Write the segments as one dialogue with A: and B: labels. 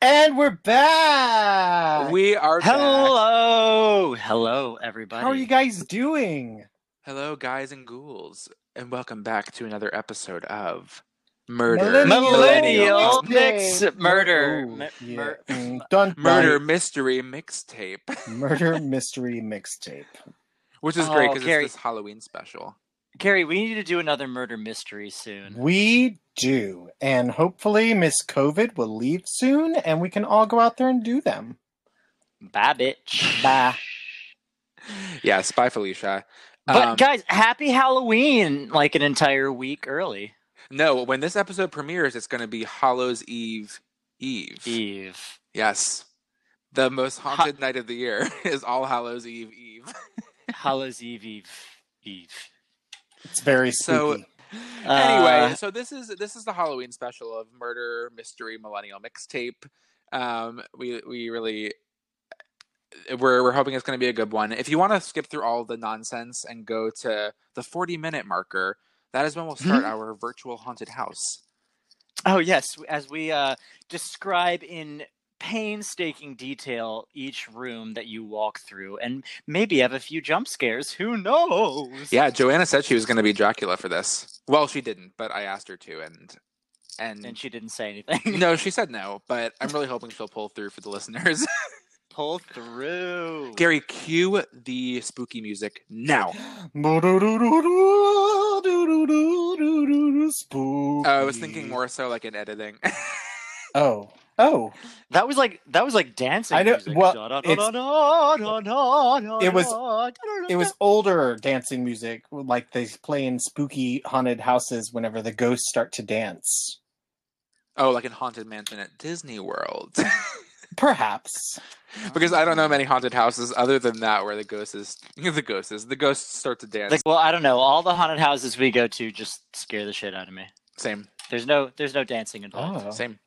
A: And we're back.
B: We are back.
C: Hello, hello, everybody.
A: How are you guys doing?
B: Hello, guys and ghouls, and welcome back to another episode of Murder
A: Millennial
C: Millennial
A: Mix
C: mix
A: Day.
C: murder.
A: Ooh,
C: Mi-
A: yeah.
C: mur-
A: Mm, dun, dun.
B: Murder Mystery Mixtape,
A: murder mystery mixtape.
B: which is
C: Oh,
B: great because
C: Carrie.
B: it's this Halloween special.
C: Gary, we need to do another murder mystery soon.
A: We do, and hopefully Miss COVID will leave soon, and we can all go out there and do them.
C: Bye, bitch.
A: Bye.
B: Yes, bye, Felicia.
C: But
B: Um,
C: guys, happy Halloween! Like an entire week early.
B: no, when this episode premieres, it's going to be Hallows Eve Eve.
C: Eve.
B: Yes. The most haunted night of the year is All Hallows Eve Eve.
C: Hallows Eve. Eve. Eve.
A: It's very
B: So-
A: spooky.
B: anyway,
C: Uh,
B: so this is this is the Halloween special of Murder Mystery Millennial Mixtape. Um, we we really we're we're hoping it's going to be a good one. If you want to skip through all the nonsense and go to the forty minute marker, that is when we'll start our virtual haunted house.
C: Oh yes, as we uh, describe in painstaking detail each room that you walk through, and maybe have a few jump scares. Who knows?
B: Yeah, Joanna said she was going to be Dracula for this. Well, she didn't, but I asked her to, and and,
C: And she didn't say anything.
B: no, she said no. But I'm really hoping she'll pull through for the listeners.
C: Pull through.
B: Gary, cue the spooky music now.
A: Spooky.
B: Oh, I was thinking more so like in editing.
A: Oh, oh,
C: That was like that was like dancing.
A: I know-
C: music.
A: well,
C: Da- da- da-
A: it's-
C: da- da- da- da-
A: it was-
C: da- da-
A: it was older dancing music, like they play in spooky haunted houses whenever the ghosts start to dance.
B: oh, like in Haunted Mansion at Disney World.
A: Perhaps.
B: because I don't know many haunted houses other than that where the ghosts is the ghosts is the ghosts start to dance.
C: Like, well, I don't know. All the haunted houses we go to just scare the shit out of me.
B: same,
C: There's no there's no dancing involved.
A: Oh.
B: same.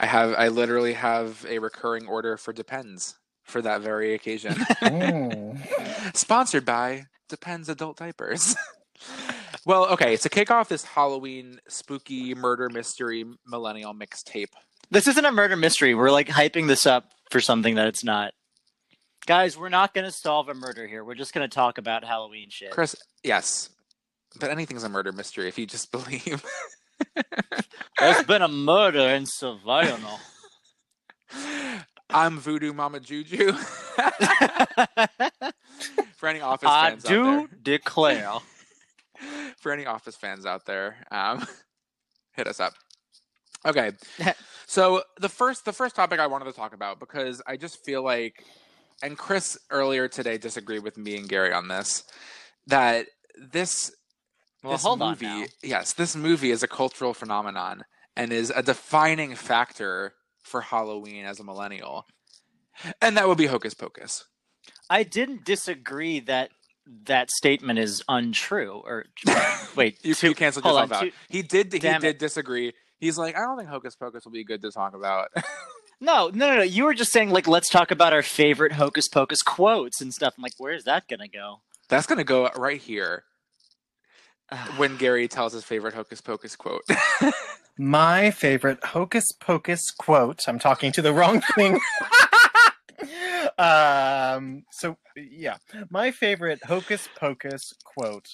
B: I have I literally have a recurring order for Depends for that very occasion.
A: Mm.
B: Sponsored by Depends Adult Diapers. well, okay, to kick off this Halloween spooky murder mystery millennial mixtape.
C: This isn't a murder mystery. We're like hyping this up for something that it's not. Guys, we're not going to solve a murder here. We're just going to talk about Halloween shit.
B: Chris, yes. But anything's a murder mystery if you just believe.
C: There's been a murder in Savannah.
B: I'm Voodoo Mama Juju. For any office
C: I
B: fans
C: do
B: out
C: declare.
B: there. For any office fans out there, um, hit us up. Okay. so the first the first topic I wanted to talk about because I just feel like and Chris earlier today disagreed with me and Gary on this, that this
C: Well,
B: this
C: hold
B: movie,
C: on. Now.
B: Yes, this movie is a cultural phenomenon and is a defining factor for Halloween as a millennial. And that would be Hocus Pocus.
C: I didn't disagree that that statement is untrue. Or wait,
B: You,
C: two-
B: you canceled
C: hold
B: yourself
C: on,
B: out.
C: two-
B: he did. He
C: damn
B: did disagree. He's like, I don't think Hocus Pocus will be good to talk about.
C: no, no, no, no. You were just saying like let's talk about our favorite Hocus Pocus quotes and stuff. I'm like, where is that gonna go?
B: That's gonna go right here when Gary tells his favorite Hocus Pocus quote.
A: My favorite hocus pocus quote. I'm talking to the wrong thing. um, so, yeah, my favorite hocus pocus quote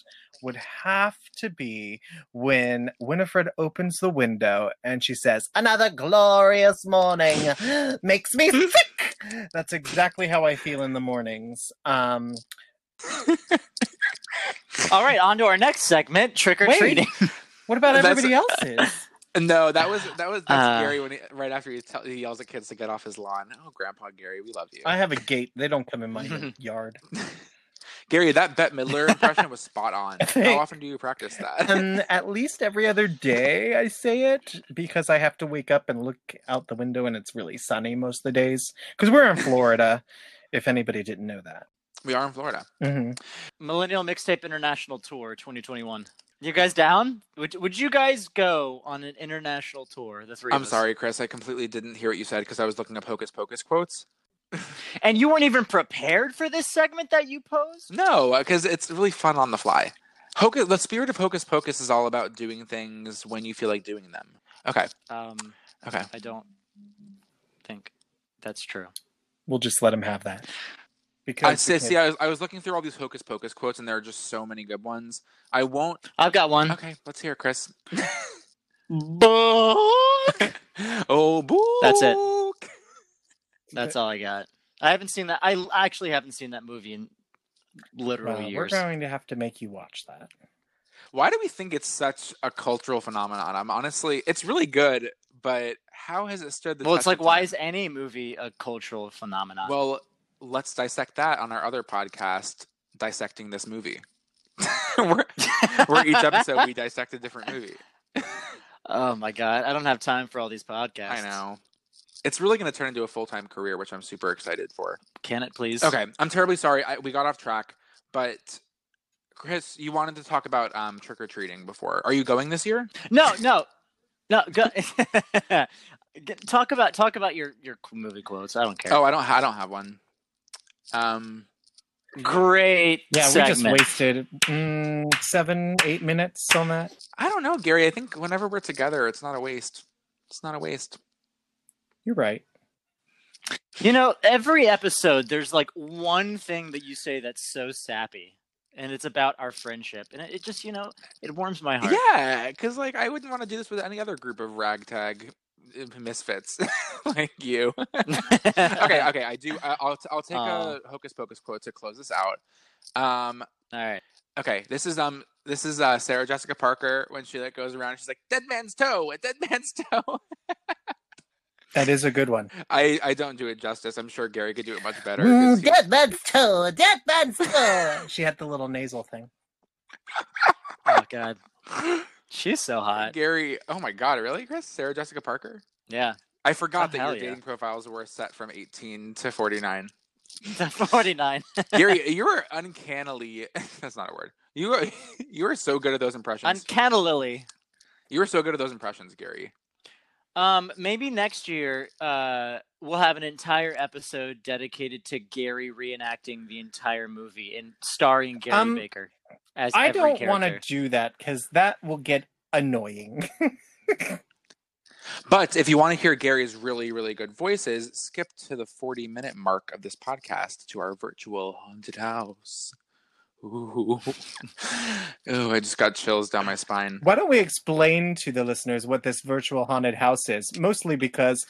A: would have to be when Winifred opens the window and she says, Another glorious morning makes me sick. That's exactly how I feel in the mornings. Um,
C: All right, on to our next segment: trick or
A: Wait.
C: treating.
A: what about
B: That's-
A: everybody else's?
B: no, that was that was that's
C: Uh.
B: Gary when he, right after he, tell, he yells at kids to get off his lawn. Oh, Grandpa Gary, we love you.
A: I have a gate. They don't come in my yard.
B: Gary, that Bette Midler impression was spot on. How
A: Thanks.
B: often do you practice that?
A: um, at least every other day I say it because I have to wake up and look out the window and it's really sunny most of the days because we're in Florida. if anybody didn't know that,
B: We are in Florida.
A: Mhm.
C: Millennial Mixtape International Tour 2021. You guys down? Would Would you guys go on an international tour? The three. of
B: I'm
C: us?
B: sorry, Chris. I completely didn't hear what you said because I was looking up Hocus Pocus quotes.
C: And you weren't even prepared for this segment that you posed.
B: No, because it's really fun on the fly. Hocus, the spirit of Hocus Pocus is all about doing things when you feel like doing them. Okay.
C: Um,
B: Okay.
C: I don't. think that's true.
A: We'll just let him have that.
B: I
A: Because
B: see, see, I was I was looking through all these hocus pocus quotes, and there are just so many good ones. I won't.
C: I've got one.
B: Okay, let's hear it, Chris.
C: Book.
B: oh, book.
C: That's it.
B: it.
C: That's all I got. I haven't seen that. I l- actually haven't seen that movie in literal
A: Well, we're
C: years.
A: going to have to make you watch that.
B: Why do we think it's such a cultural phenomenon? I'm honestly, it's really good, but how has it stood the?
C: Well, it's
B: test
C: like
B: of
C: why
B: time?
C: is any movie a cultural phenomenon?
B: Well, let's dissect that on our other podcast, dissecting this movie. we're, we're each episode we dissect a different movie.
C: oh my god, I don't have time for all these podcasts.
B: I know. It's really going to turn into a full time career, which I'm super excited for.
C: Can it please?
B: Okay, I'm terribly sorry. I, we got off track, but Chris, you wanted to talk about um, trick or treating before. Are you going this year?
C: No, no, no. Go. G- talk about talk about your your qu- movie quotes. I don't care.
B: Oh, I don't. ha- I don't have one. Um,
C: great.
A: Yeah,
C: segment.
A: we just wasted mm, seven, eight minutes on that.
B: I don't know, Gary. I think whenever we're together, it's not a waste. It's not a waste.
A: You're right.
C: You know, every episode there's like one thing that you say that's so sappy, and it's about our friendship, and it, it just you know it warms my heart.
B: Yeah, because like I wouldn't want to do this with any other group of ragtag uh, misfits like you. okay, okay, I do. I- I'll t- I'll take
C: Uh.
B: a hocus pocus quote to close this out. Um,
C: All right.
B: okay, this is um this is uh Sarah Jessica Parker when she like goes around. She's like, "Dead man's toe, a dead man's toe."
A: That is a good one.
B: I I don't do it justice. I'm sure Gary could do it much better.
A: Mm,
B: 'cause he-
A: dead man's toe, dead man's toe. she had the little nasal thing.
C: Oh god, she's so hot.
B: Gary, oh my God, really, Chris? Sarah Jessica Parker?
C: Yeah.
B: I forgot
C: Oh,
B: that your
C: hell yeah.
B: dating profiles were set from 18 to 49.
C: Forty nine.
B: Gary, you were uncannily. That's not a word. You were you were so good at those impressions.
C: Uncannily.
B: you were so good at those impressions, Gary.
C: Um, maybe next year, uh, we'll have an entire episode dedicated to Gary reenacting the entire movie and starring Gary
A: Um,
C: Baker as
A: I
C: every
A: don't
C: character.
A: want to do that because that will get annoying.
B: But if you want to hear Gary's really really good voices, skip to the 40 minute mark of this podcast to our virtual haunted house. Ooh. Ooh, I just got chills down my spine.
A: Why don't we explain to the listeners what this virtual haunted house is? Mostly because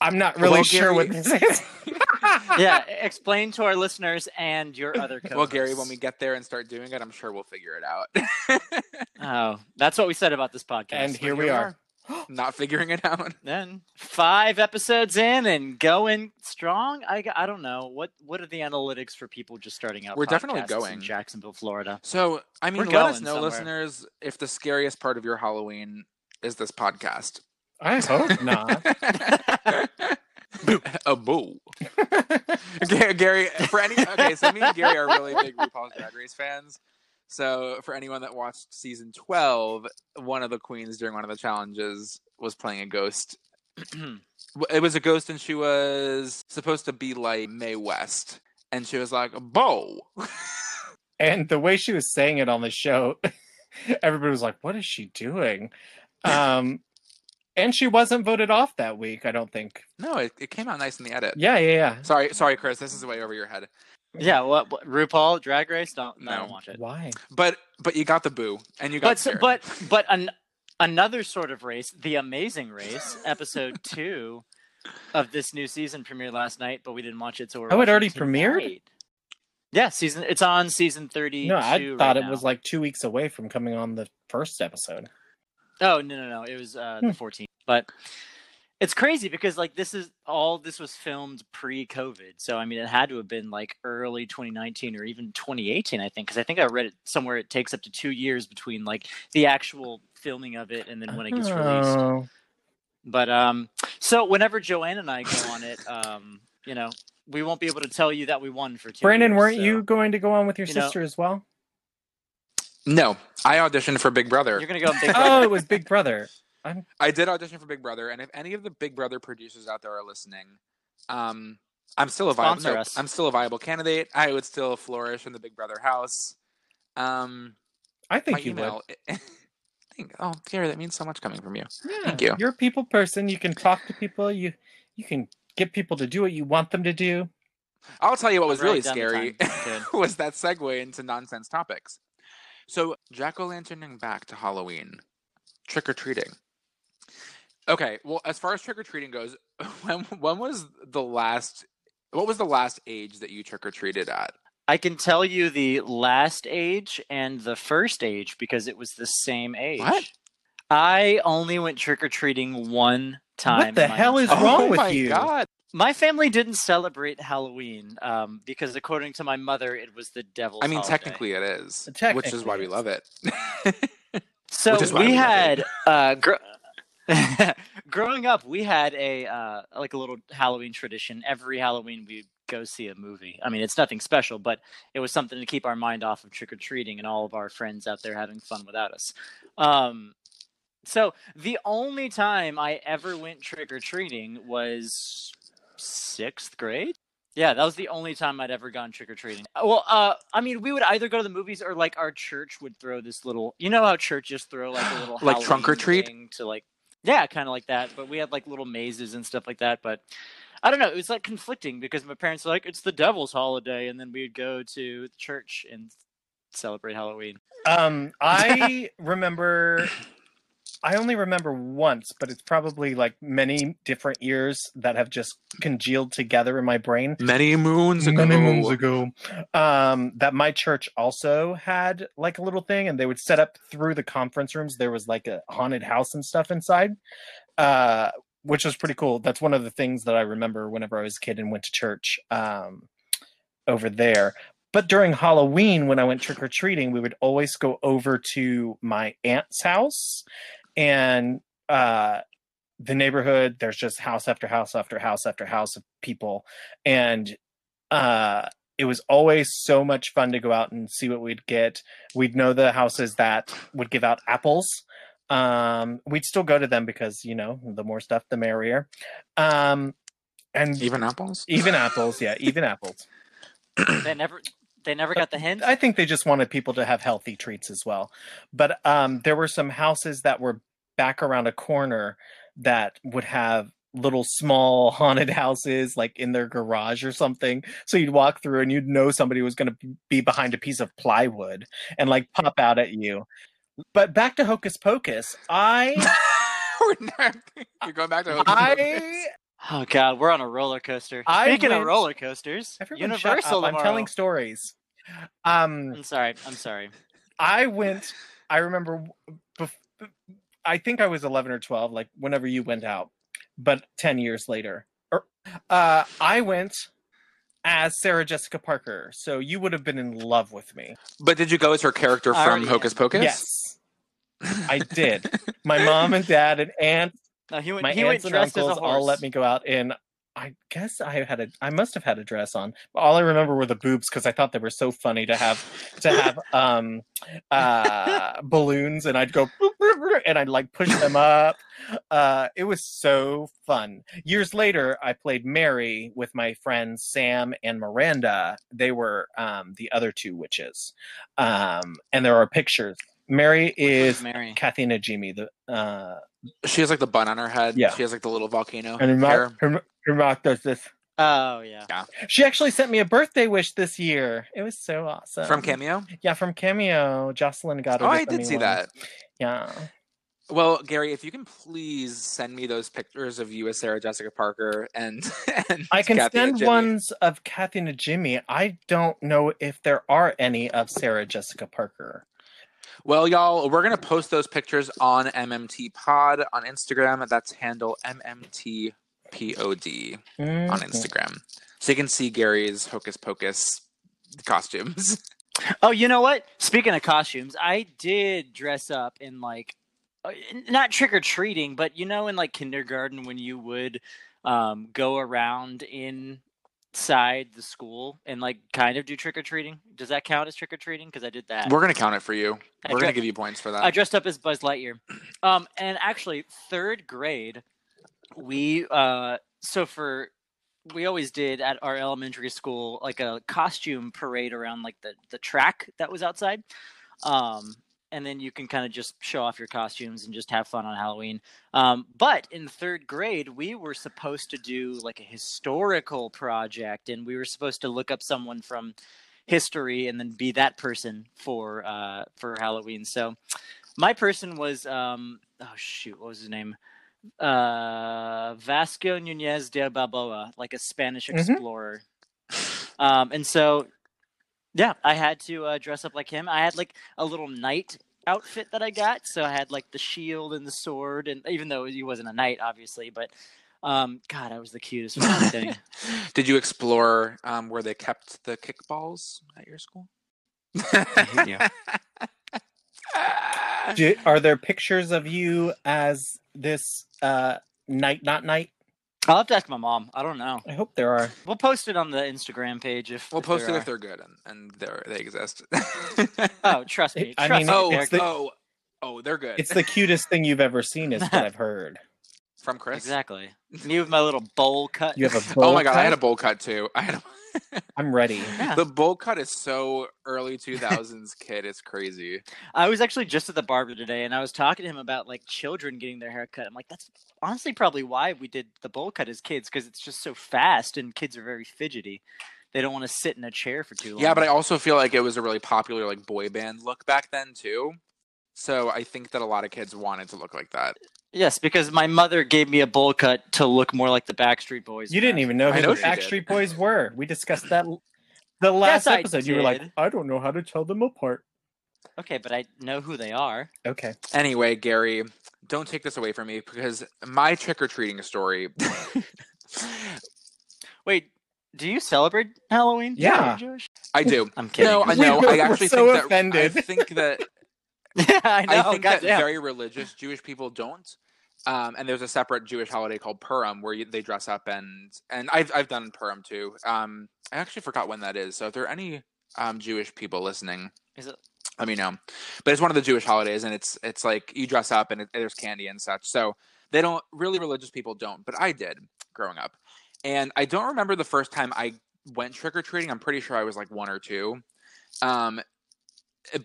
A: I'm not really
B: Well,
A: sure what
B: Gary-
A: this is.
C: yeah, explain to our listeners and your other co
B: Well, Gary, when we get there and start doing it, I'm sure we'll figure it out.
C: Oh, that's what we said about this podcast. oh,
A: And here we are.
B: Not figuring it out.
C: then five episodes in and going strong. I, g- I don't know what what are the analytics for people just starting out.
B: We're definitely
C: podcasts in
B: going.
C: Jacksonville, Florida.
B: So, I mean,
C: We're
B: let us
C: going
B: know,
C: somewhere.
B: listeners, if the scariest part of your Halloween is this podcast.
A: I hope not.
B: A boo. Ga- Gary, for any okay, so me and Gary are really big RuPaul's Drag Race fans. So, for anyone that watched season twelve, one of the queens during one of the challenges was playing a ghost. W- It was a ghost, and she was supposed to be like Mae West, and she was like, "Bo."
A: and the way she was saying it on the show, everybody was like, "What is she doing?" Um, and she wasn't voted off that week. I don't think.
B: No, it, it came out nice in the edit.
A: Yeah, yeah, yeah.
B: Sorry, sorry, Chris. This is way over your head.
C: Yeah, what, what RuPaul Drag Race? Don't no,
B: No.
C: don't watch it.
A: Why?
B: But but you got the boo, and you got
C: But so,
B: scared.
C: but but an, another sort of race, the Amazing Race, episode two of this new season premiered last night, but we didn't watch it, so we're
A: Oh, it
C: watching
A: already premiered?
C: tonight. Yeah, season it's on season thirty.
A: No, I thought it was like two weeks away from coming on the first episode.
C: Oh no no no! It was uh,
A: Hmm.
C: the 14th, but it's crazy because like this is all this was filmed pre-COVID, so I mean it had to have been like early 2019 or even 2018, I think, because I think I read it somewhere. It takes up to two years between like the actual filming of it and then when it gets released.
A: Oh.
C: But um, so whenever Joanne and I go on it, um, you know, we won't be able to tell you that we won for two.
A: Brandon,
C: years,
A: weren't
C: so-
A: you going to go on with your
C: You know-
A: sister as well?
B: no, I auditioned for Big Brother.
C: You're gonna go. on Big
A: Oh,
C: Brother.
A: it was Big Brother.
B: I did audition for Big Brother, and if any of the Big Brother producers out there are listening, um, I'm still a viable.
C: Sponsor
B: no,
C: us.
B: I'm still a viable candidate. I would still flourish in the Big Brother house. Um,
A: I think
B: my
A: you would.
B: email. Thank, oh, dear, that means so much coming from you.
A: Yeah,
B: Thank you.
A: You're a people person. You can talk to people. You you can get people to do what you want them to do.
B: I'll tell you what was
C: Write
B: really
C: down the
B: scary
C: time. Good.
B: was that segue into nonsense topics. So jack o' lanterning back to Halloween, trick or treating. Okay, well, as far as trick or treating goes, when when was the last? What was the last age that you trick or treated at?
C: I can tell you the last age and the first age because it was the same age.
B: What?
C: I only went trick or treating one time. in
A: the
C: my
A: hell is
C: entire-
A: wrong with
B: Oh my
A: you?
B: God.
C: My family didn't celebrate Halloween um, because, according to my mother, it was the devil's.
B: I mean,
C: holiday.
B: technically it is, which is
A: Technically
B: why
A: it
B: we
A: is.
B: love it.
C: So
B: Which is why
C: we
B: we love
C: had
B: it.
C: uh, gr- growing up, we had a uh, like a little Halloween tradition. Every Halloween, we go see a movie. I mean, it's nothing special, but it was something to keep our mind off of trick or treating and all of our friends out there having fun without us. Um, so the only time I ever went trick or treating was sixth grade. Yeah, that was the only time I'd ever gone trick or treating. Well, uh, I mean, we would either go to the movies or like our church would throw this little, you know, how churches throw like a little
B: Like trunk or
C: Halloween
B: treat?
C: thing to like, yeah, kind of like that. But we had like little mazes and stuff like that. But I don't know, it was like conflicting because my parents were like, it's the devil's holiday, and then we'd go to the church and celebrate Halloween.
A: Um, I remember. I only remember once, but it's probably like many different years that have just congealed together in my brain.
B: Many moons ago.
A: Many moons ago, um, that my church also had like a little thing, and they would set up through the conference rooms. There was like a haunted house and stuff inside, uh, which was pretty cool. That's one of the things that I remember whenever I was a kid and went to church um, over there. But during Halloween, when I went trick or treating, we would always go over to my aunt's house, and uh, the neighborhood. There's just house after house after house after house of people, and uh it was always so much fun to go out and see what we'd get we'd know the houses that would give out apples um we'd still go to them because you know the more stuff the merrier um and even,
B: Even apples?
A: apples yeah even apples
C: They never, they never got the hint.
A: i think they just wanted people to have healthy treats as well but um there were some houses that were back around a corner that would have little small haunted houses like in their garage or something so you'd walk through and you'd know somebody was going to be behind a piece of plywood and like pop out at you but back to hocus pocus i
B: We're not- You're going back to Hocus Pocus.
A: i
C: Oh god, we're on a roller coaster.
A: I
C: Speaking of
A: went-
C: roller coasters,
A: Everyone shut
C: Universal.
A: up. i'm
C: tomorrow.
A: telling stories um
C: I'm sorry. I'm sorry.
A: I went. I remember. Bef- I think I was eleven or twelve, like whenever you went out, but ten years later. Or, uh, I went as Sarah Jessica Parker, so you would have been in love with me.
B: But did you go as her character
C: I
B: from
C: already
B: Hocus
C: am.
B: Pocus?
A: Yes, I did. My mom and dad and aunt,
C: No, he went.
A: my
C: he went
A: aunts and
C: dressed as
A: uncles
C: a horse.
A: all let me go out and. I guess I had a. I must have had a dress on. All I remember were the boobs because I thought they were so funny to have to have um uh balloons and I'd go boop, boop, boop, and I'd like push them up. Uh it was so fun. Years later I played Mary with my friends Sam and Miranda. They were um the other two witches. Um and there are pictures. Mary is
C: Mary.
A: Kathy and Najimi, the uh
B: She has like the bun on her head.
A: Yeah.
B: She has like the little volcano.
A: and her,
B: hair.
A: mom- her, her mom does this.
C: Oh yeah.
A: She actually sent me a birthday wish this year. It was so awesome.
B: from Cameo.
A: Yeah, from Cameo. Jocelyn got it.
B: Oh,
A: to
B: I
A: send me
B: did see
A: one.
B: that.
A: Yeah.
B: Well, Gary, if you can please send me those pictures of you as Sarah Jessica Parker and, and
A: I can
B: Kathy and
A: send
B: Jimmy.
A: ones of Kathy and Jimmy. I don't know if there are any of Sarah Jessica Parker.
B: Well, y'all, we're gonna post those pictures on MMT Pod on Instagram. That's handle MMT Pod on
A: Mm.
B: Instagram. So you can see Gary's Hocus Pocus costumes.
C: Oh, you know what? Speaking of costumes, I did dress up in like, uh, not trick or treating, but you know, in like kindergarten when you would um, go around inside the school and like kind of do trick or treating. Does that count as trick or treating? Because I did that.
B: We're gonna count it for you.
C: I
B: We're gonna
C: dre-
B: give you points for
C: I
B: that.
C: dressed up as Buzz Lightyear. Um, and actually, third grade, we uh, so for we always did at our elementary school like a costume parade around like the the track that was outside. Um, and then you can kind of just show off your costumes and just have fun on Halloween. Um, but in third grade, we were supposed to do like a historical project, and we were supposed to look up someone from history and then be that person for uh, for Halloween. So my person was um, oh shoot, what was his name? Uh, Vasco Nunez de Balboa, like a Spanish
A: Mhm.
C: explorer. Um, and so, yeah, I had to uh, dress up like him. I had like a little knight outfit that I got. So I had like the shield and the sword, and even though he wasn't a knight, obviously, but um, God, I was the cutest fucking thing.
B: Did you explore um, where they kept the kickballs at your school?
C: hate you.
A: Do, are there pictures of you as this uh, night, not night?
C: I'll have to ask my mom. I don't know.
A: I hope there are.
C: We'll post it on the Instagram page if
B: We'll
C: if
B: post
C: there
B: it if
C: are.
B: they're good and, and they're, they exist.
C: Oh, trust me.
A: I
C: Trust
A: mean,
C: me.
B: oh,
A: Ah, it's
C: Eric.
A: the-
B: oh, oh, they're good.
A: It's the cutest thing you've ever seen, is what I've heard.
B: From Chris.
C: exactly. Me with my little bowl cut.
A: You have a
B: Oh
A: bowl
B: my god, I had a
A: cut?
B: bowl cut too. I had a...
A: I'm ready.
C: Yeah.
B: the bowl cut is so early 2000s kid. It's crazy.
C: I was actually just at the barber today, and I was talking to him about like children getting their hair cut. I'm like, that's honestly probably why we did the bowl cut as kids because it's just so fast, and kids are very fidgety. They don't want to sit in a chair for too long.
B: Yeah, but I also feel like it was a really popular like boy band look back then too. So I think that a lot of kids wanted to look like that.
C: yes, because my mother gave me a bowl cut to look more like the Backstreet Boys.
A: You didn't
C: back.
A: even know
B: I
A: who
B: know
A: the
B: she did.
A: Backstreet Boys were. We discussed that l- the last
C: Yes, I
A: episode. You were like,
C: did.
A: I don't know how to tell them apart.
C: Okay, but I know who they are.
A: Okay.
B: Anyway, Gary, don't take this away from me because my trick or treating story.
C: Wait, do you celebrate Halloween?
A: Yeah.
C: Are you Jewish?
B: I do.
C: I'm kidding.
B: No, I
A: We
B: know. I
A: were
B: actually
A: so
B: think that I
A: offended.
B: think that
C: yeah, I know.
B: I think that
C: goddamn.
B: very religious Jewish people don't. Um, and there's a separate Jewish holiday called Purim where you, they dress up and and I've I've done Purim too. Um, I actually forgot when that is. So if there are any um, Jewish people listening,
C: Is it-
B: let me know. But it's one of the Jewish holidays, and it's it's like you dress up and it, there's candy and such. So they don't really religious people don't, but I did growing up, and I don't remember the first time I went trick or treating. I'm pretty sure I was like one or two. Um,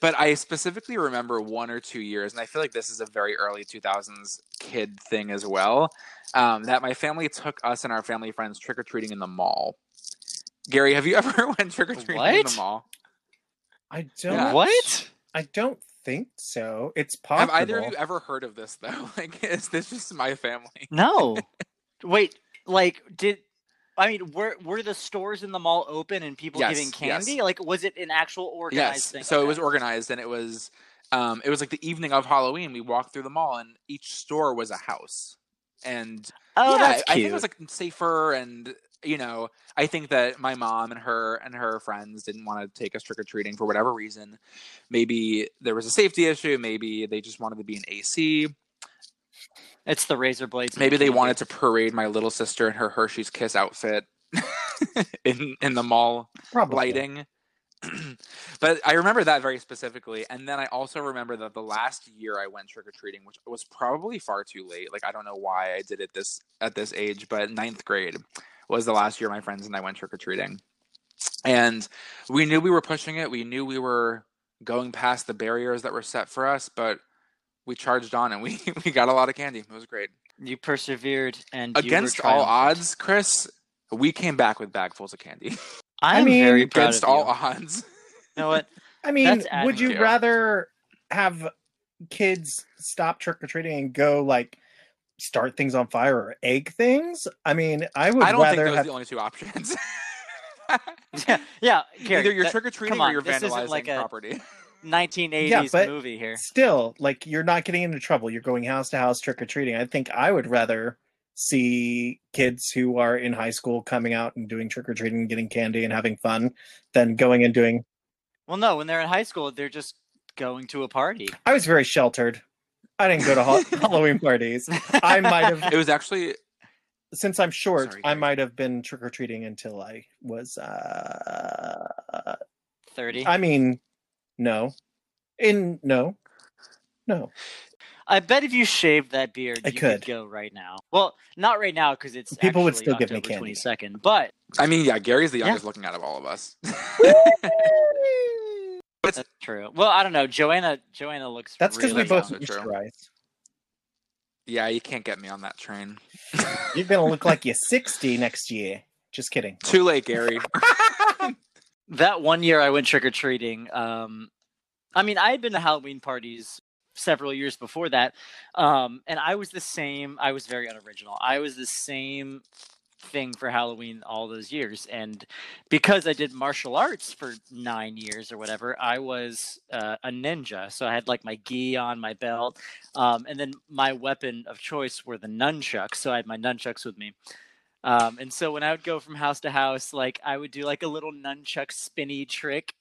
B: but I specifically remember one or two years, and I feel like this is a very early 2000s kid thing as well. Um, that my family took us and our family friends trick or treating in the mall. Gary, have you ever went trick or treating in the
C: What?
B: mall?
A: I don't.
B: Yeah.
C: What?
A: I don't think so. It's
B: Have
A: possible.
B: either of you ever heard of this though? Like, is this just my family?
C: No. Wait, like did I mean were were the stores in the mall open and people
B: Yes,
C: giving
B: yes.
C: candy? Like was it an actual organized
B: Yes.
C: thing?
B: So it
C: Okay.
B: was organized, and it was, um, it was like the evening of Halloween. We walked through the mall, and each store was a house, and
C: Oh,
B: yeah,
C: that's
B: I
C: cute.
B: think it was like safer and you know, I think that my mom and her and her friends didn't want to take us trick or treating for whatever reason. Maybe there was a safety issue, maybe they just wanted to be an AC,
C: it's the razor blades. and
B: maybe they
C: the candy.
B: wanted to parade my little sister in her Hershey's Kiss outfit in in the mall
A: Probably.
B: lighting. but I remember that very specifically. And then I also remember that the last year I went trick or treating, which was probably far too late. Like I don't know why I did it this at this age, but ninth grade was the last year my friends and I went trick or treating. And we knew we were pushing it. We knew we were going past the barriers that were set for us, but we charged on and we, we got a lot of candy. It was great.
C: You persevered and you were
B: Against all
C: triumphant.
B: odds, Chris, we came back with bagfuls of candy.
C: I'm
A: mean,
C: very proud
B: Against
C: of
B: all
C: you.
B: odds.
C: You know what?
A: I mean,
C: That's
A: would you
B: admirable.
A: rather have kids stop trick or treating and go like start things on fire or egg things? I mean, I would
B: I don't think
A: rather
B: those are
A: have.
B: the only two options.
C: Yeah, yeah. Gary,
B: Either you're
C: that
B: trick or treating
C: come
B: or
C: on,
B: you're
C: this isn't
B: vandalizing
C: like a-
B: property.
C: 1980s
A: but-
C: movie here.
A: Still, like you're not getting into trouble. You're going house to house trick or treating. I think I would rather see kids who are in high school coming out and doing trick or treating, getting candy, and having fun than going and doing.
C: Well, no, when they're in high school, they're just going to a party.
A: I was very sheltered. I didn't go to ha- Halloween parties. I might have
B: It was actually
A: since I'm short,
B: Sorry,
A: I
B: Greg.
A: might have been trick or treating until I was. Uh,
C: 30.
A: I mean, no, in no, no.
C: I bet if you shaved that beard,
A: I
C: you could.
A: could.
C: go right now. Well, not right now because it's
A: People would
C: actually
A: still give me
C: October
A: candy.
C: 22nd, but
B: I mean, yeah, Gary's the
C: Yeah.
B: youngest looking out of all of us. But it's,
C: That's true. Well, I don't know. Joanna Joanna looks
A: That's because
C: really
A: we both
B: young.
A: eat
B: True.
A: rice.
B: yeah, you can't get me on that train.
A: You're gonna look like you're 60 next year. Just kidding.
B: Too late, Gary.
C: that one year I went trick or treating, um, I mean, I had been to Halloween parties several years before that, um, and I was the same. I was very unoriginal. I was the same thing for Halloween all those years, and because I did martial arts for nine years or whatever, I was uh, a ninja. So I had like my gi on, my belt, um, and then my weapon of choice were the nunchucks. So I had my nunchucks with me. Um, and so when I would go from house to house, like I would do like a little nunchuck spinny trick,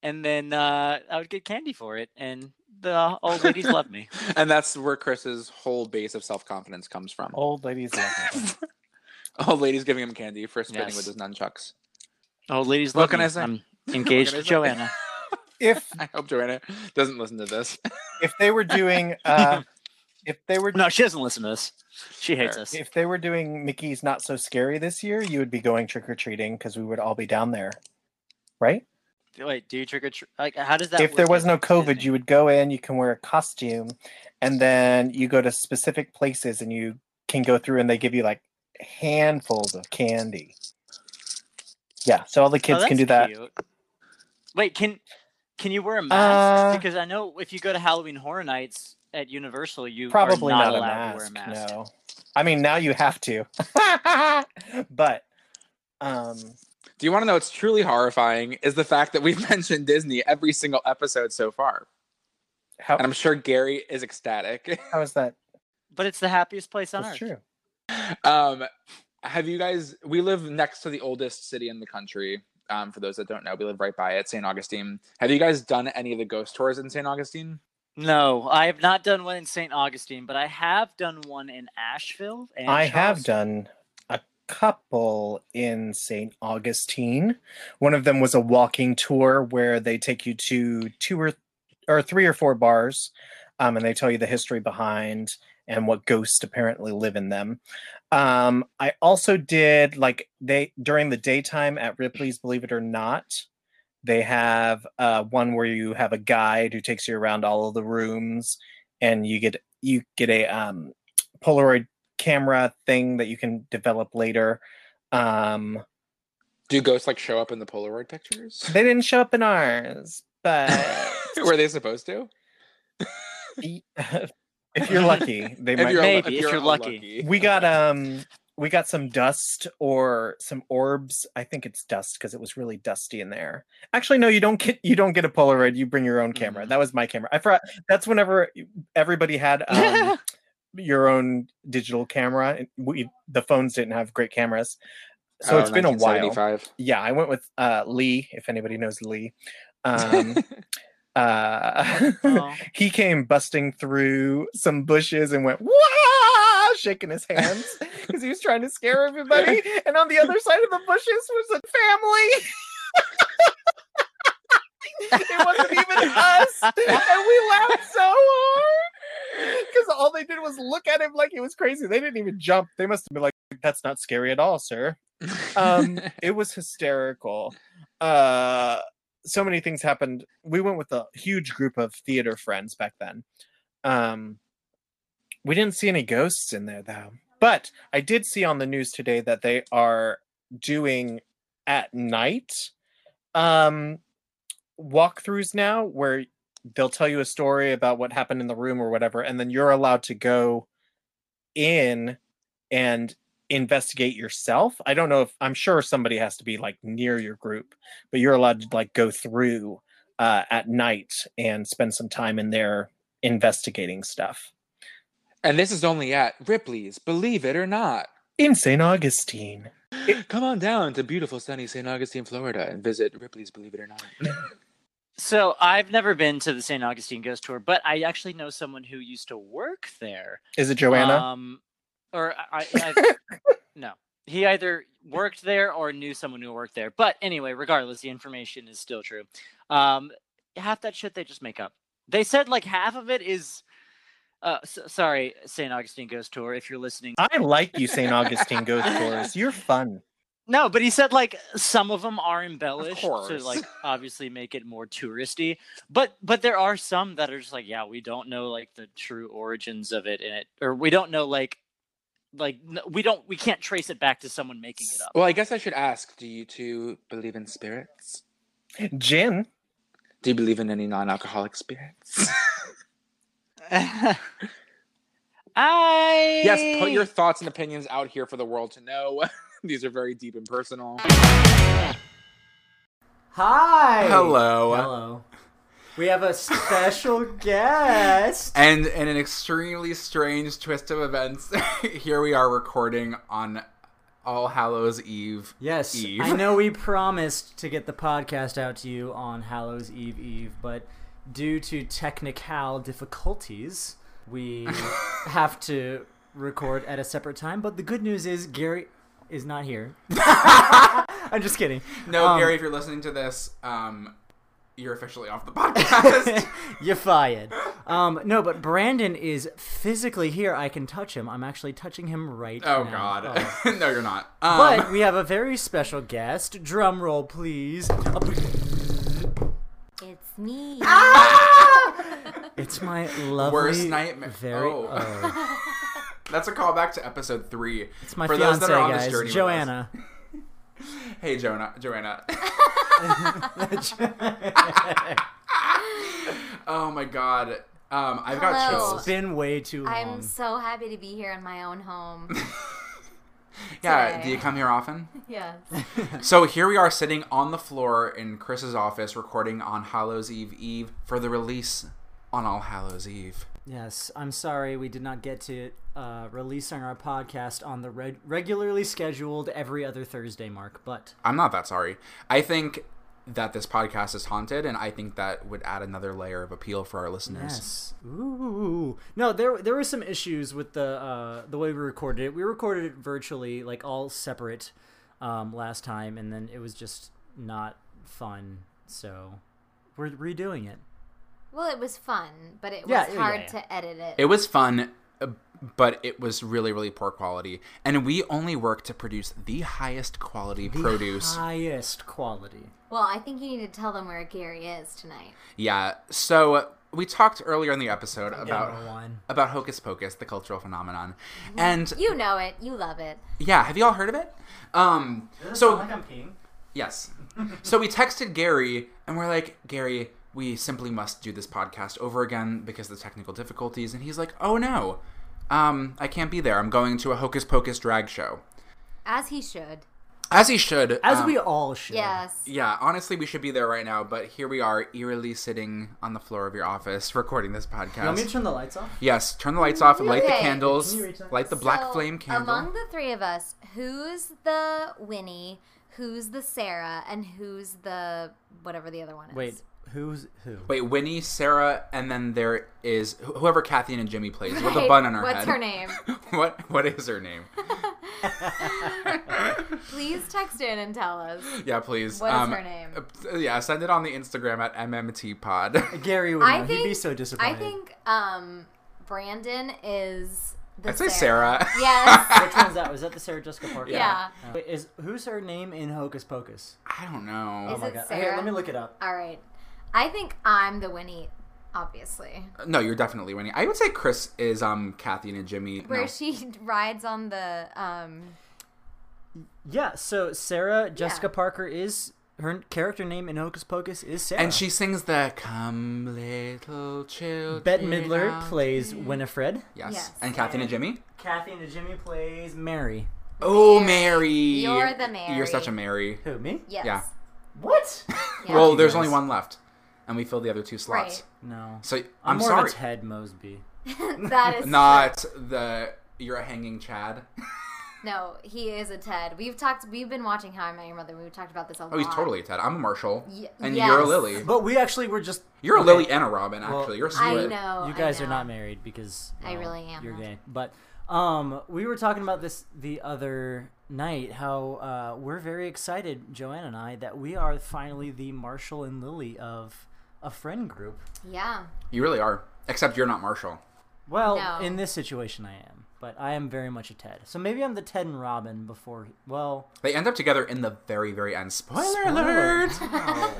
C: and then uh, I would get candy for it, and the old ladies loved me.
B: and that's where Chris's whole base of self confidence comes from.
A: Old ladies love it.
B: Old ladies giving him candy for spinning
C: Yes.
B: with his nunchucks.
C: Old ladies
B: What
C: loved
B: can
C: me.
B: I say?
C: I'm engaged
B: can I
C: to
B: say?
C: Joanna.
A: If
B: I hope Joanna doesn't listen to this.
A: if they were doing uh if they were
C: No, she doesn't listen to this. She hates
B: Fair.
C: us.
A: if they were doing Mickey's Not So Scary this year, you would be going trick or treating because we would all be down there, right?
C: Wait, do you trick or treat? Like, how does that?
A: if there
C: work Oh,
A: was
C: at
A: no COVID,
C: Disney?
A: you would go in, you can wear a costume, and then you go to specific places and you can go through and they give you like handfuls of candy. Yeah, so all the
C: Oh,
A: kids can
C: that's
A: do that.
C: cute. Wait, can can you wear a mask?
A: Uh,
C: because I know if you go to Halloween Horror Nights at Universal, you are
A: Probably
C: not,
A: not, a,
C: allowed
A: mask,
C: to wear a mask.
A: No. I mean, now you have to. but um
B: Do you want to know what's truly horrifying? Is the fact that we've mentioned Disney every single episode so far.
A: how,
B: And I'm sure Gary is ecstatic.
A: how is that?
C: But it's the happiest place on
A: That's true.
C: earth.
B: um, have you guys, we live next to the oldest city in the country. Um, for those that don't know, we live right by it, St. Augustine. Have you guys done any of the ghost tours in St. Augustine?
C: No, I have not done one in St. Augustine, but I have done one in Asheville. And
A: I have
C: Charleston.
A: done a couple in St. Augustine. One of them was a walking tour where they take you to two or or three or four bars, um, and they tell you the history behind and what ghosts apparently live in them. Um, I also did like they during the daytime at Ripley's, believe it or not. They have uh, one where you have a guide who takes you around all of the rooms, and you get you get a um, Polaroid camera thing that you can develop later. Um,
B: Do ghosts like show up in the Polaroid pictures?
A: they didn't show up in ours, but
B: Were they supposed to?
A: y- if you're lucky, they might.
C: you're- Maybe, if lucky.
A: We got um, we got some dust or some orbs. I think it's dust because it was really dusty in there. Actually, no, you don't get you don't get a Polaroid. You bring your own camera.
C: Mhm.
A: That was my camera. I forgot. That's whenever everybody had um, your own digital camera. and We the phones didn't have great cameras,
C: Oh,
A: so
B: it's
A: it's been a while. yeah i went with uh lee if anybody knows lee um uh
C: Oh.
A: he came busting through some bushes and went Wah! shaking his hands because he was trying to scare everybody and on the other side of the bushes was a family it wasn't even us and we laughed so hard because all they did was look at him like he was crazy they didn't even jump they must have been like that's not scary at all sir um it was hysterical uh so many things happened we went with a huge group of theater friends back then um we didn't see any ghosts in there though but i did see on the news today that they are doing at night um walkthroughs now where they'll tell you a story about what happened in the room or whatever and then you're allowed to go in and investigate yourself. I don't know if I'm sure somebody has to be like near your group, but you're allowed to like go through uh, at night and spend some time in there investigating stuff.
B: and this is only at Ripley's, believe it or not.
A: In St. Augustine.
B: Come on down to beautiful sunny St. Augustine, Florida, and visit Ripley's, believe it or not.
C: So I've never been to the St. Augustine Ghost Tour, but I actually know someone who used to work there.
A: Is it Joanna?
C: Um, or I, I, I- no, he either worked there or knew someone who worked there. But anyway, regardless, the information is still true. Um, half that shit they just make up. They said like half of it is. Uh, s sorry, St. Augustine Ghost Tour. If you're listening,
A: I like you, St. Augustine Ghost Tours. You're fun.
D: No, but he said like some of them are embellished to
B: course.
D: like obviously make it more touristy. But but there are some that are just like yeah, we don't know like the true origins of it in it or we don't know like like n- we don't we can't trace it back to someone making it up.
B: Well, I guess I should ask: Do you two believe in spirits?
A: Gin.
B: Do you believe in any non-alcoholic spirits?
D: I
B: oh, yes. Put your thoughts and opinions out here for the world to know. These are very deep and personal.
C: Hi.
E: Hello.
C: Hello. We have a special guest.
E: And in an extremely strange twist of events, here we are recording on All Hallows Eve.
C: Yes,
E: Eve.
C: I know we promised to get the podcast out to you on Hallows Eve Eve, but due to technical difficulties, we have to record at a separate time. But the good news is Gary is not here. I'm just kidding.
E: No,
C: Um,
E: Gary, if you're listening to this, um, you're officially off the podcast.
C: You're fired. Um, no, but Brandon is physically here. I can touch him. I'm actually touching him right
E: oh
C: now.
E: God.
C: Oh.
E: no, you're not. Um,
C: But we have a very special guest. Drum roll, please.
F: It's me.
C: Ah! It's my lovely
E: Worst nightmare.
C: Very.
E: Oh.
C: oh.
E: that's a callback to episode three.
C: It's my
E: For
C: fiance,
E: those that are on this
C: guys.
E: journey with us.
C: Joanna.
E: Hey, Jonah, Joanna. oh my God. Um, I've got
F: Hello.
E: chills.
C: Been way too long.
E: Um.
F: I'm so happy to be here in my own home.
E: Yeah.
F: today.
E: Do you come here often?
F: yes.
E: So here we are sitting on the floor in Chris's office recording on Hallows Eve Eve for the release on All Hallows Eve.
C: Yes, I'm sorry we did not get to uh, releasing our podcast on the reg- regularly scheduled every other Thursday mark, but
E: I'm not that sorry. I think that this podcast is haunted and I think that would add another layer of appeal for our listeners.
C: Yes. Ooh. No, there there were some issues with the uh, the way we recorded it. We recorded it virtually, like all separate, um, last time, and then it was just not fun. So we're redoing it.
F: Well, it was fun, but it was
C: Yeah, yeah,
F: hard
C: yeah, yeah.
F: to edit it.
E: It was fun, uh, but it was really really poor quality and we only work to produce the highest quality produce.
C: highest quality.
F: well, I think you need to tell them where Gary is tonight.
E: Yeah. So uh, we talked earlier in the episode about
C: Number one.
E: about Hocus Pocus, the cultural phenomenon. And
F: You know it. You love it.
E: Yeah, have you all heard of it? Um, so
C: I'm peeing.
E: yes, so we texted Gary and we're like, Gary, we simply must do this podcast over again because of the technical difficulties, and he's like, Oh no, um, I can't be there. I'm going to a Hocus Pocus drag show,
F: As he should.
E: as he should.
C: As
E: um,
C: we all should.
F: Yes.
E: Yeah, honestly, we should be there right now, but here we are, eerily sitting on the floor of your office recording this
C: You want me to
E: podcast.
C: turn the lights off?
E: Yes, turn the lights off, light the
F: Okay.
E: candles,
C: Can you reach that?
E: light the black
F: So,
E: flame candle.
F: Among the three of us, who's the Winnie, who's the Sarah, and who's the whatever the other one is?
C: Wait, who's who?
E: Wait, Winnie, Sarah, and then there is wh- whoever Kathy and Jimmy plays with a
F: Right,
E: bun on her
F: What's
E: head.
F: her name?
E: What what is her name?
F: Please text in and tell us.
E: Yeah, please.
F: What is her name?
E: uh, Yeah, send it on the Instagram at MMT Pod.
C: Gary would
F: I
C: know. He'd be
F: think-
C: so disappointed.
F: I think um Brandon is the
E: I'd say Sarah.
F: Yes.
C: Which one's that? Was that the Sarah Jessica Parker?
F: Yeah.
C: Wait, is who's her name in Hocus Pocus? uh,
E: I don't know.
F: Is it
C: Hey,
F: Sarah?
C: let me look it up.
F: All right. I think I'm the Winnie, obviously.
E: no, you're definitely Winnie. I would say Chris is um Kathy and Jimmy.
F: Where
E: no.
F: she rides on the um
C: Yeah, so Sarah Jessica Parker is her character name in Hocus Pocus is Sarah.
E: and she sings the "Come Little Children."
C: Bette Midler
E: out."
C: plays Winifred.
E: Yes.
F: Yes.
E: and Kathy and Jimmy.
C: Kathy and Jimmy plays Mary.
E: Oh, Mary.
F: You're the
E: You're
F: Mary.
E: such a Mary.
C: Who me?
F: yes.
E: Yeah.
C: What?
F: Yeah.
E: Well, there's only
C: Yes.
E: one left, and we filled the other two slots.
F: Right.
C: No,
E: So I'm,
C: I'm, more
E: sorry.
C: of a Ted Mosby.
F: that is
E: not the you're a hanging Chad.
F: No, he is a Ted. We've talked we've been watching How I Met Your Mother. We've talked about this a lot.
E: Oh, he's totally a Ted. I'm a Marshall,
F: Ye-
E: and
F: Uh, yes.
E: you're a Lily.
C: But we actually were just
E: You're a
C: okay,
E: Lily and a Robin. Actually,
C: Well,
E: you're
F: I
E: split.
F: know.
C: You guys
F: Oh, I
C: are
F: know.
C: not married because
F: I
C: well,
F: really am
C: You're
F: not.
C: gay, but um, we were talking about this the other night. How uh, we're very excited, Joanne and I, that we are finally the Marshall and Lily of a friend group.
F: Yeah.
E: You really are. Except you're not Marshall.
C: Well,
F: No.
C: in this situation, I am. But I am very much a Ted. So maybe I'm the Ted and Robin before. Well,
E: They end up together in the very, very end. Spoiler,
C: Spoiler.
E: alert!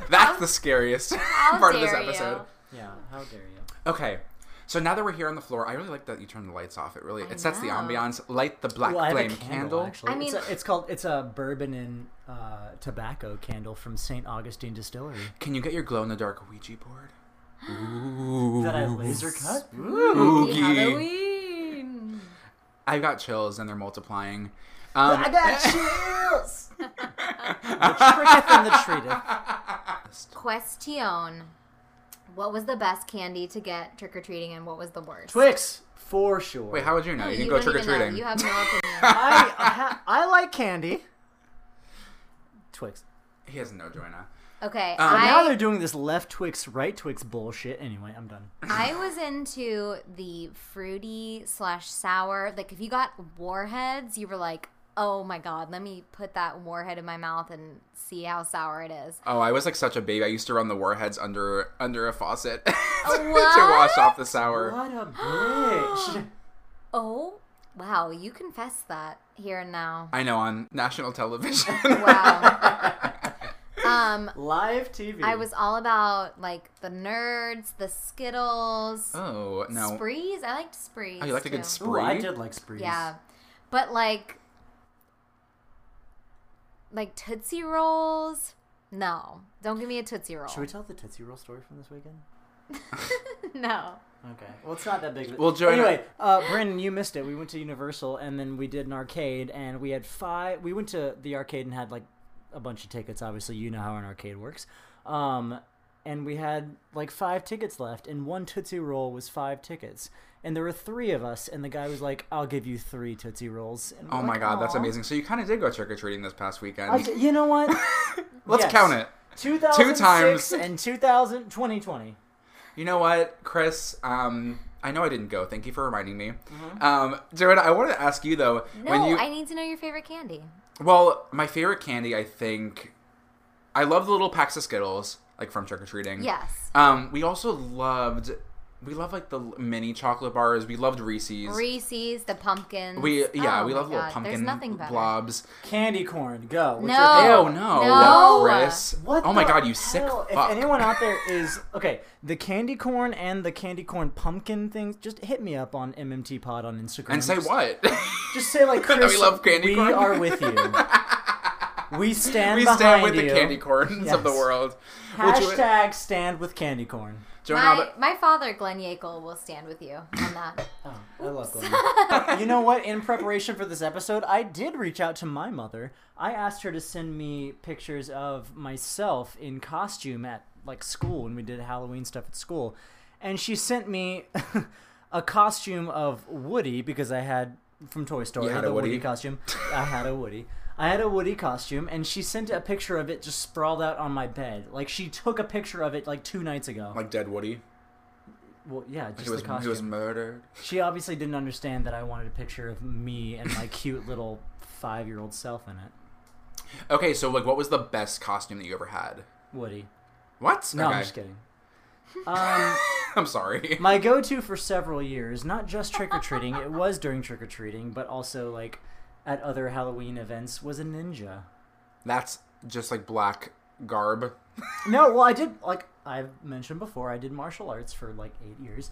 E: That's the scariest part of this
F: dare you.
E: episode.
C: yeah. How dare you?
E: Okay. So now that we're here on the floor, I really like that you turn the lights off. It really it sets the
F: know.
E: ambiance. Light the black
C: Well, I have a
E: flame candle.
C: Actually,
F: I mean-
C: it's, a, it's called it's a bourbon and uh, tobacco candle from St. Augustine Distillery
E: Can you get your glow in the dark Ouija board? Ooh.
C: that I laser cut.
F: Spooky
E: Spooky.
F: Halloween.
E: I got chills and they're multiplying. Um,
C: I got chills. the tricketh and the treateth.
F: Question: What was the best candy to get trick or treating, and what was the worst?
C: Twix for sure.
E: Wait, how would you know? You didn't
F: don't
E: go trick or
F: even know.
E: treating.
F: You have no opinion.
C: I I, ha- I like candy. Twix.
E: He has no Joanna.
F: Okay,
E: Um,
F: I
C: Now they're doing this left Twix, right Twix bullshit. Anyway, I'm done.
F: I was into the fruity slash sour. Like if you got warheads, you were like, "Oh my god, let me put that warhead in my mouth and see how sour it is."
E: Oh, I was like such a baby. I used to run the warheads under under a faucet to
F: what?
E: wash off the sour.
C: What a bitch.
F: Oh, wow, you confess that here and now.
E: I know on national television.
F: Wow. um
C: Live TV.
F: I was all about like the nerds, the Skittles,
E: oh no!
F: sprees. I liked sprees.
E: Oh, you liked a good
F: too.
C: Ooh,
E: spree.
C: I did like sprees.
F: Yeah, but like, like Tootsie Rolls. No, don't give me a Tootsie Roll.
C: Should we tell the Tootsie Roll story from this weekend?
F: no.
C: Okay. Well, it's not that big. Of a...
E: Well, Joanna-
C: anyway, uh, Brandon, you missed it. We went to Universal and then we did an arcade, and we had five. We went to the arcade and had like a bunch of tickets. Obviously, you know how an arcade works. Um, and we had like five tickets left, and one Tootsie Roll was five tickets. And there were three of us, and the guy was like, "I'll give you three Tootsie Rolls." And we're
E: Oh my
C: like,
E: god, that's
C: "Aw."
E: amazing. So you kind of did go trick or treating this past weekend.
C: I said, you know what?
E: Let's
C: Yes.
E: count it.
C: 2006
E: times.
C: and 2000, 2020.
E: You know what, Chris? Um, I know I didn't go. Thank you for reminding me.
C: Mm-hmm.
E: Um, Joanna, I wanted to ask you though.
F: No,
E: when you
F: I need to know your favorite candy.
E: well, my favorite candy, I think, I love the little packs of Skittles, like from trick or treating.
F: Yes.
E: Um, we also loved, we loved like the l- mini chocolate bars. We loved Reese's.
F: Reese's, the pumpkins.
E: we yeah,
F: Oh
E: we
F: my
E: love little
F: God,
E: pumpkin
F: There's nothing better.
E: blobs.
C: Candy corn, go. What's your
F: No.
C: favorite?
E: Oh no,
F: No.
E: Chris!
C: What
E: oh my
C: the
E: God, you sick
C: hell?
E: fuck!
C: If anyone out there is okay, the candy corn and the candy corn pumpkin things, just hit me up on MMT Pod on Instagram
E: and say
C: Just-
E: what?
C: Just say like Chris,
E: we love candy
C: we
E: corn."
C: are with you. We stand
E: we
C: behind
E: stand with the
C: you.
E: candy corns of the
C: Yes.
E: world. Well, Jo-
C: Hashtag stand with candy corn.
E: Joanna,
F: My, my father, Glenn Yackel, will stand with you on that.
C: Oh, I love Glenn. you know what? In preparation for this episode, I did reach out to my mother. I asked her to send me pictures of myself in costume at like school when we did Halloween stuff at school, and she sent me a costume of Woody because I had from Toy Story
E: You had
C: the
E: a Woody?
C: Woody costume. I had a Woody. I had a Woody costume, and she sent a picture of it just sprawled out on my bed. Like she took a picture of it like two nights ago.
E: like dead Woody.
C: well, yeah, just
E: He was
C: the costume.
E: he was murdered.
C: She obviously didn't understand that I wanted a picture of me and my cute little five year old self in it.
E: Okay, so like, what was the best costume that you ever had?
C: Woody.
E: What?
C: No,
E: okay.
C: I'm just kidding. Um,
E: I'm sorry.
C: my go to for several years, not just trick or treating, it was during trick or treating, but also like at other Halloween events, was a ninja.
E: That's just like black garb.
C: No, well, I did, like I've mentioned before, I did martial arts for like eight years.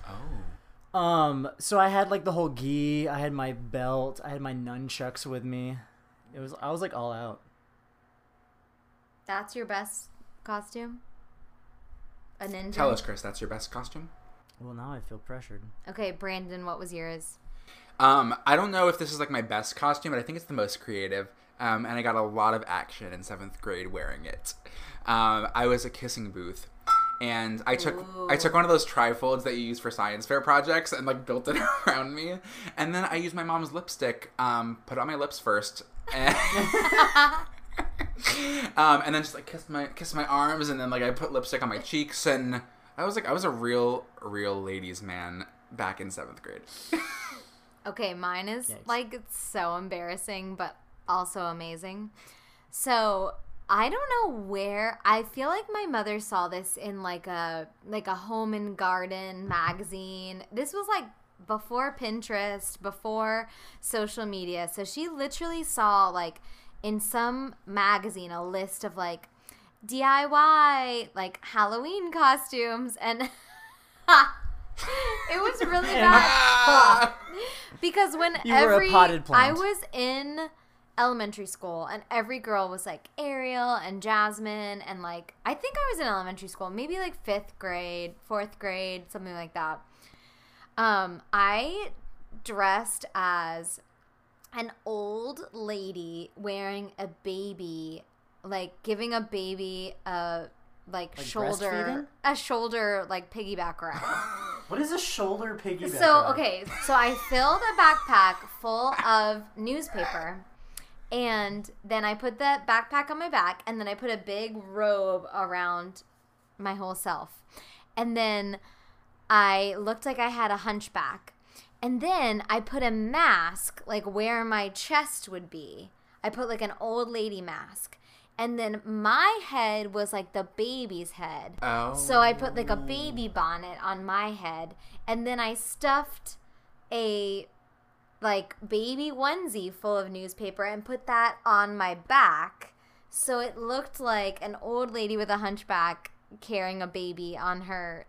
E: Oh.
C: Um, so I had like the whole gi, I had my belt, I had my nunchucks with me. It was, I was like all out.
F: That's your best costume? A ninja?
E: Tell us, Chris. That's your best costume.
C: Well, now I feel pressured.
F: Okay, Brandon, what was yours?
E: Um, I don't know if this is like my best costume, but I think it's the most creative. Um, and I got a lot of action in seventh grade wearing it. Um, I was a kissing booth, and I took I took one of those trifolds that you use for science fair projects and like built it around me. And then I used my mom's lipstick, um, put it on my lips first, and, um, and then just like kissed my kissed my arms, and then like I put lipstick on my cheeks, and I was like I was a real real ladies man back in seventh grade.
F: Okay, mine is
C: Yikes.
F: like it's so embarrassing, but also amazing. So I don't know where I feel like my mother saw this in like a like a home and garden magazine. This was like before Pinterest, before social media. So she literally saw like in some magazine a list of like DIY like Halloween costumes and it was really bad because when
C: You were a
F: every
C: potted
F: I
C: plant.
F: was in elementary school and every girl was like Ariel and Jasmine and like I think I was in elementary school maybe like 5th grade, 4th grade, something like that. Um I dressed as an old lady wearing a baby, like giving a baby a like,
C: Like
F: shoulder, a shoulder like piggyback ride.
C: What is a shoulder piggyback?
F: so
C: ride?
F: okay, so I filled a backpack full of newspaper. And then I put the backpack on my back, and then I put a big robe around my whole self. And then I looked like I had a hunchback. And then I put a mask like where my chest would be. I put like an old lady mask. And then my head was like the baby's head.
E: Oh.
F: So I put like a baby bonnet on my head. And then I stuffed a like baby onesie full of newspaper and put that on my back. So it looked like an old lady with a hunchback carrying a baby on her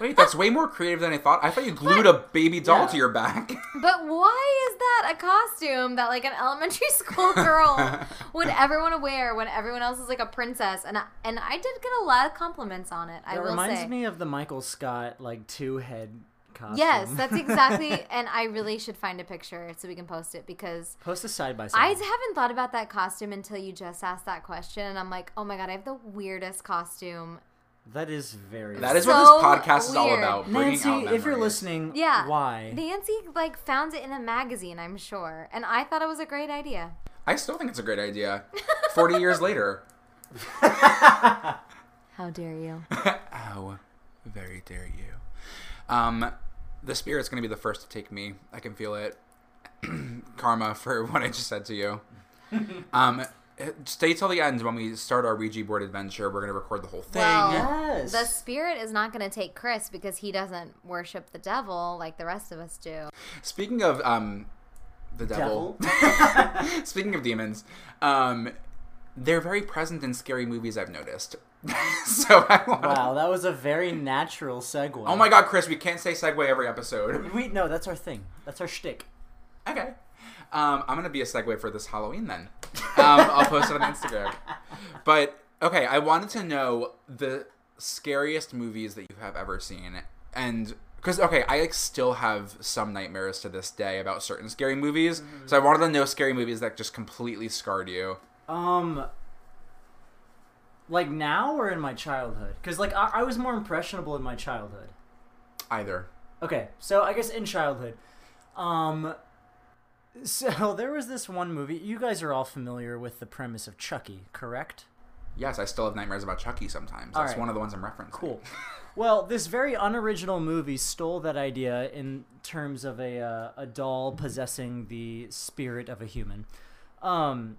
E: Wait, that's way more creative than I thought. I thought you glued a baby doll to your back.
F: But why is that a costume that like an elementary school girl would ever want to wear when everyone else is like a princess? And I, and I did get a lot of compliments on it. I
C: That
F: will
C: reminds
F: say.
C: me of the Michael Scott like two head costume.
F: yes, that's exactly. and I really should find a picture so we can post it because
C: Post a side by
F: I
C: side.
F: haven't thought about that costume until you just asked that question, and I'm like, oh my god, I have the weirdest costume.
C: That is very.
E: That is
F: So
E: what this podcast is all
F: weird.
E: about. Bringing
C: Nancy,
E: out
C: if you're
E: memories.
C: listening,
F: Yeah,
C: why?
F: Nancy like found it in a magazine, I'm sure, and I thought it was a great idea.
E: I still think it's a great idea. Forty years later.
F: How dare you?
E: How very dare you? Um, the spirit's gonna be the first to take me. I can feel it. Karma for what I just said to you. um, stay till the end when we start our Ouija board adventure. We're gonna record the whole thing.
F: Well,
C: Yes.
F: The spirit is not going to take Chris because he doesn't worship the devil like the rest of us do.
E: Speaking of um, the devil.
C: Devil.
E: Speaking of demons, um, they're very present in scary movies. I've noticed. so I want.
C: wow, that was a very natural segue.
E: Oh my God, Chris! We can't say segue every episode.
C: We no, that's our thing. That's our shtick.
E: Okay. Um, I'm gonna be a segue for this Halloween then. Um, I'll post it on Instagram. But okay, I wanted to know the scariest movies that you have ever seen, and because okay, I like still have some nightmares to this day about certain scary movies.
C: Mm-hmm.
E: So I wanted to know scary movies that just completely scarred you.
C: Um, like now or in my childhood? Because like I, I was more impressionable in my childhood.
E: Either.
C: Okay, so I guess in childhood, um, so there was this one movie. You guys are all familiar with the premise of Chucky, correct?
E: Yes, I still have nightmares about Chucky sometimes.
C: All
E: That's
C: right.
E: one of the ones I'm referencing.
C: Cool. Well, this very unoriginal movie stole that idea in terms of a uh, a doll possessing the spirit of a human. Um,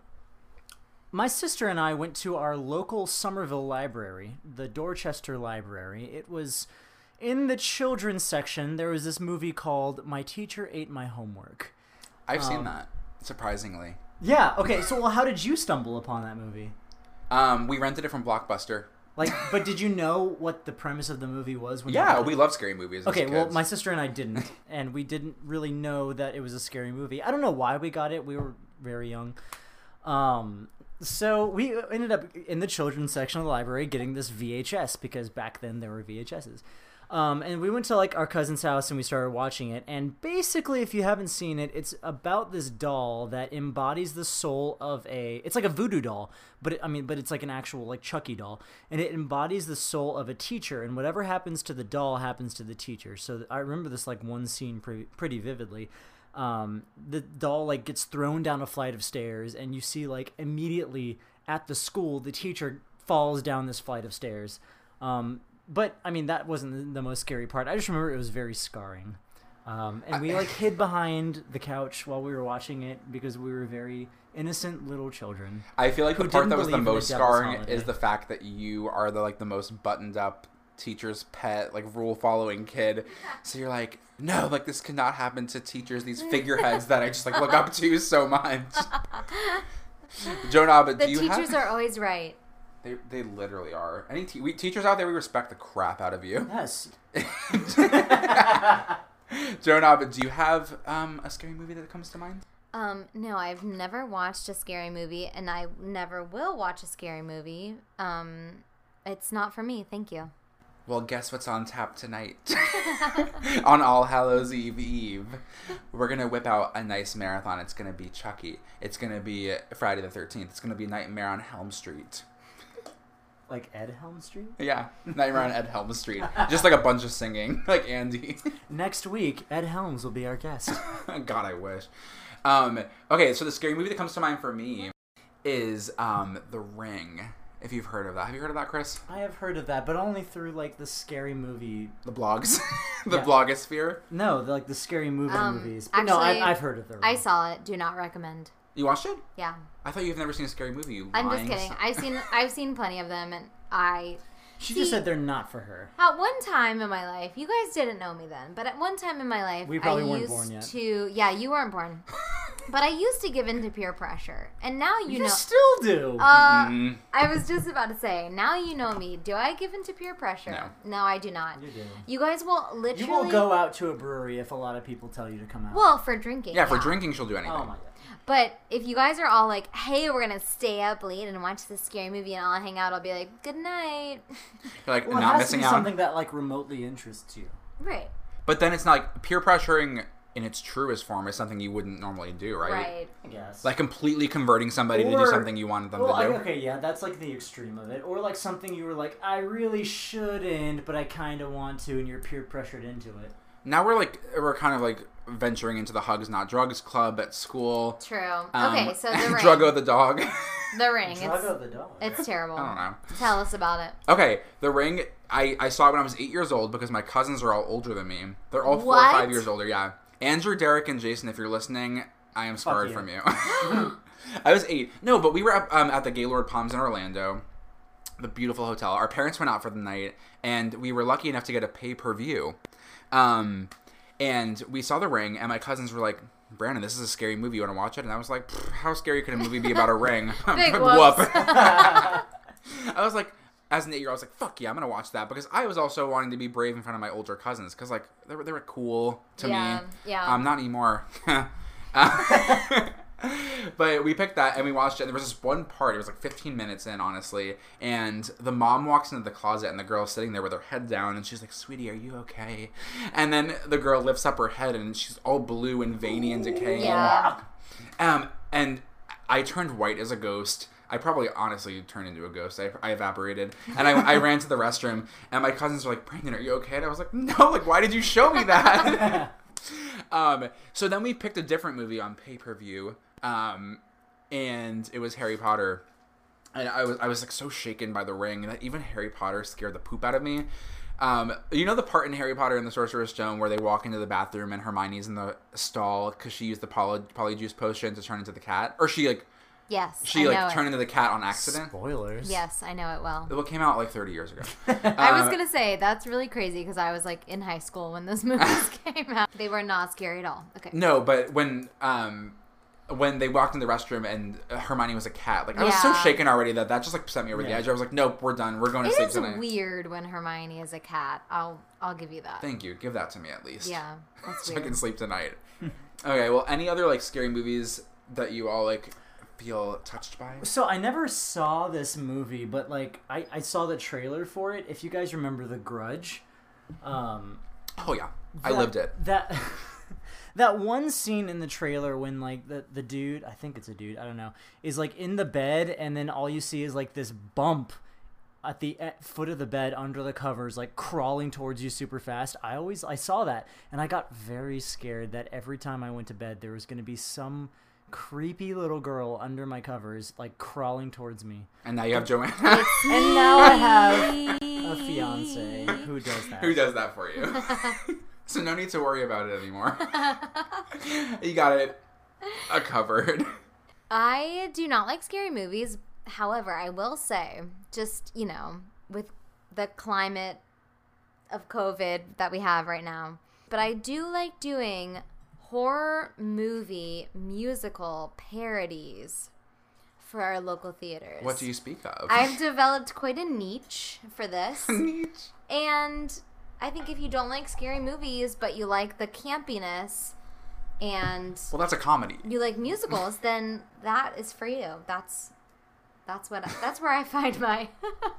C: my sister and I went to our local Somerville library, the Dorchester Library. It was in the children's section. There was this movie called "My Teacher Ate My Homework."
E: I've
C: Um,
E: seen that, surprisingly.
C: Yeah. Okay. So, well, how did you stumble upon that movie?
E: Um, we rented it from Blockbuster.
C: Like, but did you know what the premise of the movie was? When you
E: Yeah,
C: went to-
E: we love scary movies. as
C: Okay, well,
E: kids.
C: my sister and I didn't, and we didn't really know that it was a scary movie. I don't know why we got it. We were very young. Um, so we ended up in the children's section of the library getting this VHS because back then there were VHSs. Um, and we went to like our cousin's house and we started watching it. And basically, if you haven't seen it, it's about this doll that embodies the soul of a. It's like a voodoo doll, but it, I mean, but it's like an actual like Chucky doll, and it embodies the soul of a teacher. And whatever happens to the doll happens to the teacher. So th- I remember this like one scene pretty, pretty vividly um, the doll like gets thrown down a flight of stairs and you see like immediately at the school the teacher falls down this flight of stairs um, but i mean that wasn't the- the most scary part i just remember it was very scarring um, and we like hid behind the couch while we were watching it because we were very innocent little children
E: I feel like the
C: who
E: part
C: didn't
E: that was the
C: believe in the
E: most
C: devil's
E: scarring
C: holiday.
E: is the fact that you are the like the most buttoned up teacher's pet, like rule following kid. So you're like, no, like this could not happen to teachers, these figureheads that I just like look up to so much. Jonah, but
F: The
E: do you
F: teachers
E: have
F: are always right.
E: they, they literally are. Any te- we, teachers out there, we respect the crap out of you.
C: Yes.
E: Jonah, but do you have um, a scary movie that comes to mind?
F: Um, no, I've never watched a scary movie, and I never will watch a scary movie. Um, it's not for me. Thank you.
E: Well, guess what's on tap tonight? on All Hallows Eve Eve, we're gonna whip out a nice marathon. It's gonna be Chucky. It's gonna be Friday the Thirteenth. It's gonna be Nightmare on Helm Street.
C: Like Ed Helm Street?
E: Yeah, Nightmare on Ed Helm Street. Just like a bunch of singing, like Andy.
C: Next week, Ed Helms will be our guest.
E: God, I wish. Um, okay, so the scary movie that comes to mind for me is um, The Ring. If you've heard of that, have you heard of that, Chris?
C: I have heard of that, but only through like the scary movie.
E: The blogs, the
C: Yeah.
E: blogosphere.
C: No, the, like the scary movie
F: Um,
C: movies. But no, I,
F: actually,
C: I've heard of them.
F: I saw it. Do not recommend.
E: You watched it?
F: Yeah,
E: I thought you've never seen a scary movie. You
F: I'm just
E: lying
F: kidding.
E: son.
F: I've seen I've seen plenty of them, and I
C: She
F: See-
C: just said they're not for her.
F: At one time in my life, you guys didn't know me then, but at one time in my life,
C: We probably
F: I
C: weren't
F: used
C: born yet.
F: to. Yeah, you weren't born. but I used to give in to peer pressure, and now you,
C: You,
F: know.
C: still do.
F: uh,
E: Mm.
F: I was just about to say, now you know me. Do I give in to peer pressure?
E: No.
F: I do not.
C: you do.
F: You guys will literally.
C: You won't go out to a brewery if a lot of people tell you to come out.
F: Well, for drinking.
E: Yeah, for drinking, she'll do anything.
C: oh my god.
F: But if you guys are all like, "Hey, we're gonna stay up late and watch this scary movie," and I'll hang out, I'll be like, "Good night."
E: You're like
C: Well, it
E: not
C: has to
E: missing
C: be
E: out.
C: something that like remotely interests you.
F: right.
E: But then it's not like peer pressuring in its truest form is something you wouldn't normally do, right?
F: Right.
C: I guess.
E: Like completely converting somebody to do
C: Or-
E: something you wanted them
C: well,
E: to
C: I,
E: do.
C: okay, yeah, that's like the extreme of it, or like something you were like, I really shouldn't, but I kind of want to, and you're peer pressured into it.
E: Now we're like we're kind of like venturing into the hugs not drugs club at school.
F: True.
E: Um,
F: okay, so the ring.
E: Druggo the dog.
F: The ring. It's,
C: Drago the dog.
F: it's terrible.
E: I don't know.
F: Tell us about it.
E: Okay, the ring. I, I saw it when I was eight years old because my cousins are all older than me. They're all four or
F: What?
E: five years older. Yeah, Andrew, Derek, and Jason. If you're listening, I am scarred
C: you.
E: from you. I was eight. No, but we were up, um, at the Gaylord Palms in Orlando, the beautiful hotel. Our parents went out for the night, and we were lucky enough to get a pay per view. Um, and we saw the ring, and my cousins were like. Brandon, this is a scary movie. You want to watch it? And I was like, "Pfft, how scary could a movie be about a ring?
F: Big whoops.
E: I was like, as an eight year old, I was like, fuck yeah, I'm gonna watch that because I was also wanting to be brave in front of my older cousins because like they were they were cool to
F: Yeah,
E: me.
F: yeah.
E: Um, not anymore. but we picked that and we watched it. And there was this one part. It was like 15 minutes in, honestly. And the mom walks into the closet and the girl's sitting there with her head down and she's like, "Sweetie, are you okay?" And then the girl lifts up her head and she's all blue and veiny and decaying.
F: Yeah.
E: Um, and I turned white as a ghost. I probably honestly turned into a ghost. I, I evaporated. And I, I ran to the restroom, and my cousins were like, Brandon, are you okay? And I was like, no, like, why did you show me that? um, so then we picked a different movie on pay per view, um, and it was Harry Potter. And I was, I was like so shaken by the ring that even Harry Potter scared the poop out of me. Um, you know the part in Harry Potter and the Sorcerer's Stone where they walk into the bathroom and Hermione's in the stall because she used the poly, polyjuice potion to turn into the cat, or she like
F: Yes.
E: she
F: I know
E: like
F: it.
E: turned into the cat on accident.
C: Spoilers.
F: Yes, I know it well.
E: Well, It came out like 30 years ago.
F: I was
E: Uh,
F: gonna say that's really crazy because I was like in high school when those movies came out. They were not scary at all. Okay.
E: No, but when um when they walked in the restroom and uh, Hermione was a cat, like I was so
F: Yeah.
E: shaken already that that just like sent me over the
C: Yeah.
E: edge. I was like, nope, we're done. We're going to
F: It
E: sleep
F: is
E: tonight.
F: weird when Hermione is a cat. I'll I'll give you that.
E: Thank you. Give that to me at least.
F: Yeah, that's
E: so I
F: weird.
E: can sleep tonight. okay. Well, any other like scary movies that you all like feel touched by?
C: So I never saw this movie, but like I, I saw the trailer for it. If you guys remember The Grudge, um,
E: Oh yeah, I
C: that-
E: lived it.
C: That that one scene in the trailer when like the the dude, I think it's a dude, I don't know, is like in the bed, and then all you see is like this bump at the e- foot of the bed under the covers, like crawling towards you super fast. I always I saw that, and I got very scared that every time I went to bed, there was going to be some creepy little girl under my covers, like crawling towards me.
E: And now you have Joanna,
C: And now I have a fiance who does that.
E: who does that for you. so no need to worry about it anymore. you got it uh, covered.
F: I do not like scary movies. However, I will say, just you know, with the climate of COVID that we have right now. But I do like doing horror movie musical parodies for our local theaters.
E: What do you speak of?
F: I've developed quite a niche for this.
E: Neat.
F: And I think if you don't like scary movies, but you like the campiness and
E: Well, that's a comedy.
F: you like musicals, then that is for you. That's that's what that's where I find my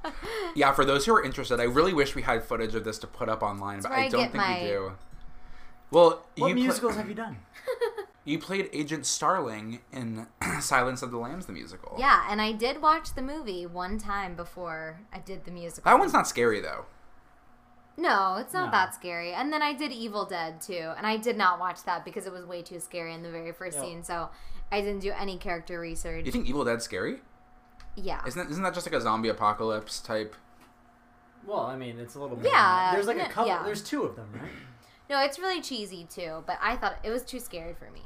E: Yeah, for those who are interested, I really wish we had footage of this to put up online, but
F: where
E: I
F: I
E: don't
F: get
E: think
F: my-
E: we do. Well,
C: What
E: you pla-
C: musicals have you done?
E: you played Agent Starling in Silence of the Lambs, the musical.
F: yeah. And I did watch the movie one time before I did the musical.
E: That one's not scary though.
F: No, it's not
C: No.
F: that scary. And then I did Evil Dead too, and I did not watch that because it was way too scary in the very first
C: Yeah.
F: scene. So I didn't do any character research.
E: You think Evil Dead's scary?
F: yeah,
E: Isn't that, isn't that just like a zombie apocalypse type?
C: Well, I mean, it's a little. more than
F: Yeah,
C: that. There's like a
F: n-
C: couple.
F: yeah.
C: There's two of them, right?
F: no, it's really cheesy too. But I thought it was too scary for me.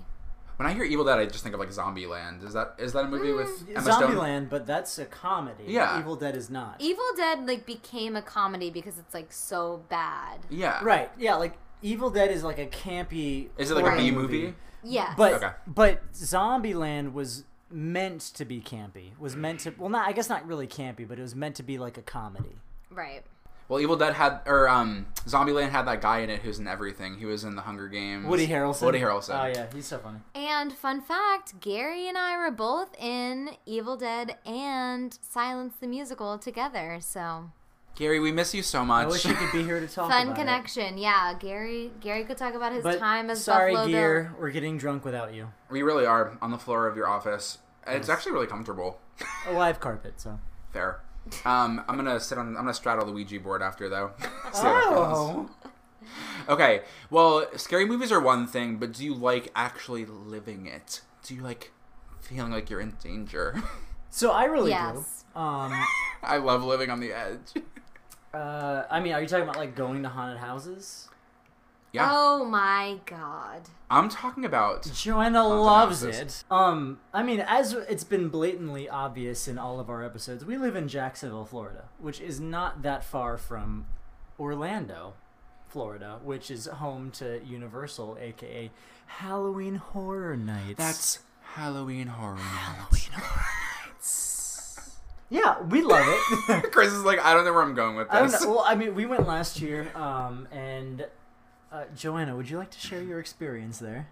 E: When I hear Evil Dead, I just think of like Zombieland. Is that is that a
C: Mm,
E: movie with Emma Stone?
C: Zombieland, but that's a comedy.
E: Yeah.
C: Evil Dead is not.
F: Evil Dead like became a comedy because it's like so bad.
E: Yeah.
C: right. Yeah, like Evil Dead is like a campy.
E: Is it like
F: Right.
E: a
C: horror
E: B movie?
F: Yes,
C: But
E: Okay.
C: but Zombieland was meant to be campy. Was meant to well, not I guess not really campy, but it was meant to be like a comedy.
F: right.
E: Well, Evil Dead had or um, Zombieland had that guy in it who's in everything. He was in The Hunger Games.
C: Woody Harrelson.
E: Woody Harrelson.
C: Oh yeah, he's so funny.
F: And fun fact, Gary and I were both in Evil Dead and Silence the Musical together. So
E: Gary, we miss you so
C: I
E: much.
C: wish he could be here to talk.
F: fun
C: about
F: connection. Yeah, Gary. Gary could talk about
C: It.
F: his
C: But
F: time as
C: sorry,
F: Buffalo Bill.
C: gear. We're getting drunk without you.
E: we really are on the floor of your office. It's actually really comfortable.
C: A live carpet, so.
E: Fair. Um, I'm gonna sit on. I'm gonna straddle the Ouija board after though. See how that
C: Oh.
E: feels. Okay. Well, scary movies are one thing, but do you like actually living it? Do you like feeling like you're in danger?
C: So I really
F: Yes.
C: do. Um,
E: I love living on the edge.
C: uh, I mean, are you talking about like going to haunted houses?
E: Yeah.
C: Um,
F: Oh my god.
E: I'm talking about.
C: Joanna
E: Haunted
C: loves
E: houses.
C: it. Um, I mean, as it's been blatantly obvious in all of our episodes, we live in Jacksonville, Florida, which is not that far from Orlando, Florida, which is home to Universal, aka Halloween Horror Nights.
E: That's Halloween horror. Night.
C: yeah, we love it.
E: Chris is like, I don't know where I'm going with
C: I don't
E: this.
C: know. Well, I mean, we went last year, um, and uh, Joanna, would you like to share your experience there?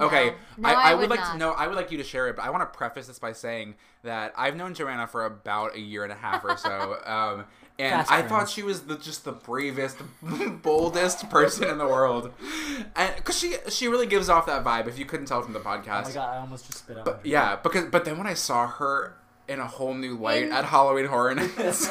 E: Okay,
F: No,
E: I,
F: I
E: I, would,
F: would
E: like
F: not.
E: to know. I would like you to share it, but I want to preface this by saying that I've known Joanna for about a year and a half or so, um, and
C: Fast
E: I
C: friends.
E: thought she was the, just the bravest, boldest person in the world, and because she she really gives off that vibe. If you couldn't tell from the podcast,
C: Oh my god, I almost just spit out. my drink.
E: yeah. Because but then when I saw her in a whole new light
F: In-
E: at Halloween Horror Nights,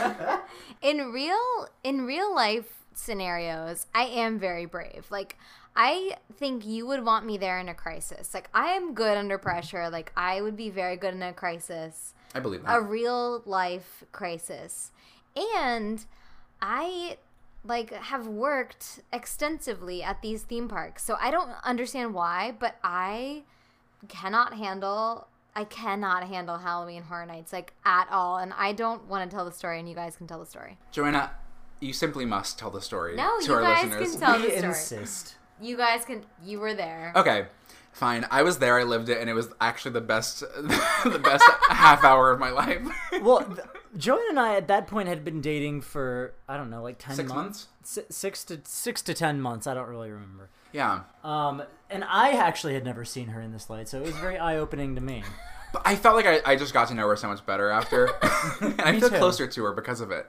F: in real in real life scenarios i am very brave like i think you would want me there in a crisis like i am good under pressure like i would be very good in a crisis
E: I believe
F: a
E: that.
F: real life crisis and i like have worked extensively at these theme parks so i don't understand why but i cannot handle i cannot handle halloween horror nights like at all and i don't want to tell the story and you guys can tell the story
E: Joanna, you simply must tell the story
F: No,
E: to
F: you
E: our
F: guys
E: listeners.
F: can tell
C: we
F: the story.
C: insist.
F: You guys can. You were there.
E: Okay, fine. I was there. I lived it, and it was actually the best, the best half hour of my life.
C: Well, th- Joanne and I at that point had been dating for I don't know, like ten
E: Six months?
C: Si- six to six to ten months. I don't really remember.
E: Yeah,
C: Um, and I actually had never seen her in this light, so it was very eye opening to me.
E: but I felt like I, I just got to know her so much better after, and I
C: Me
E: feel
C: too.
E: closer to her because of it.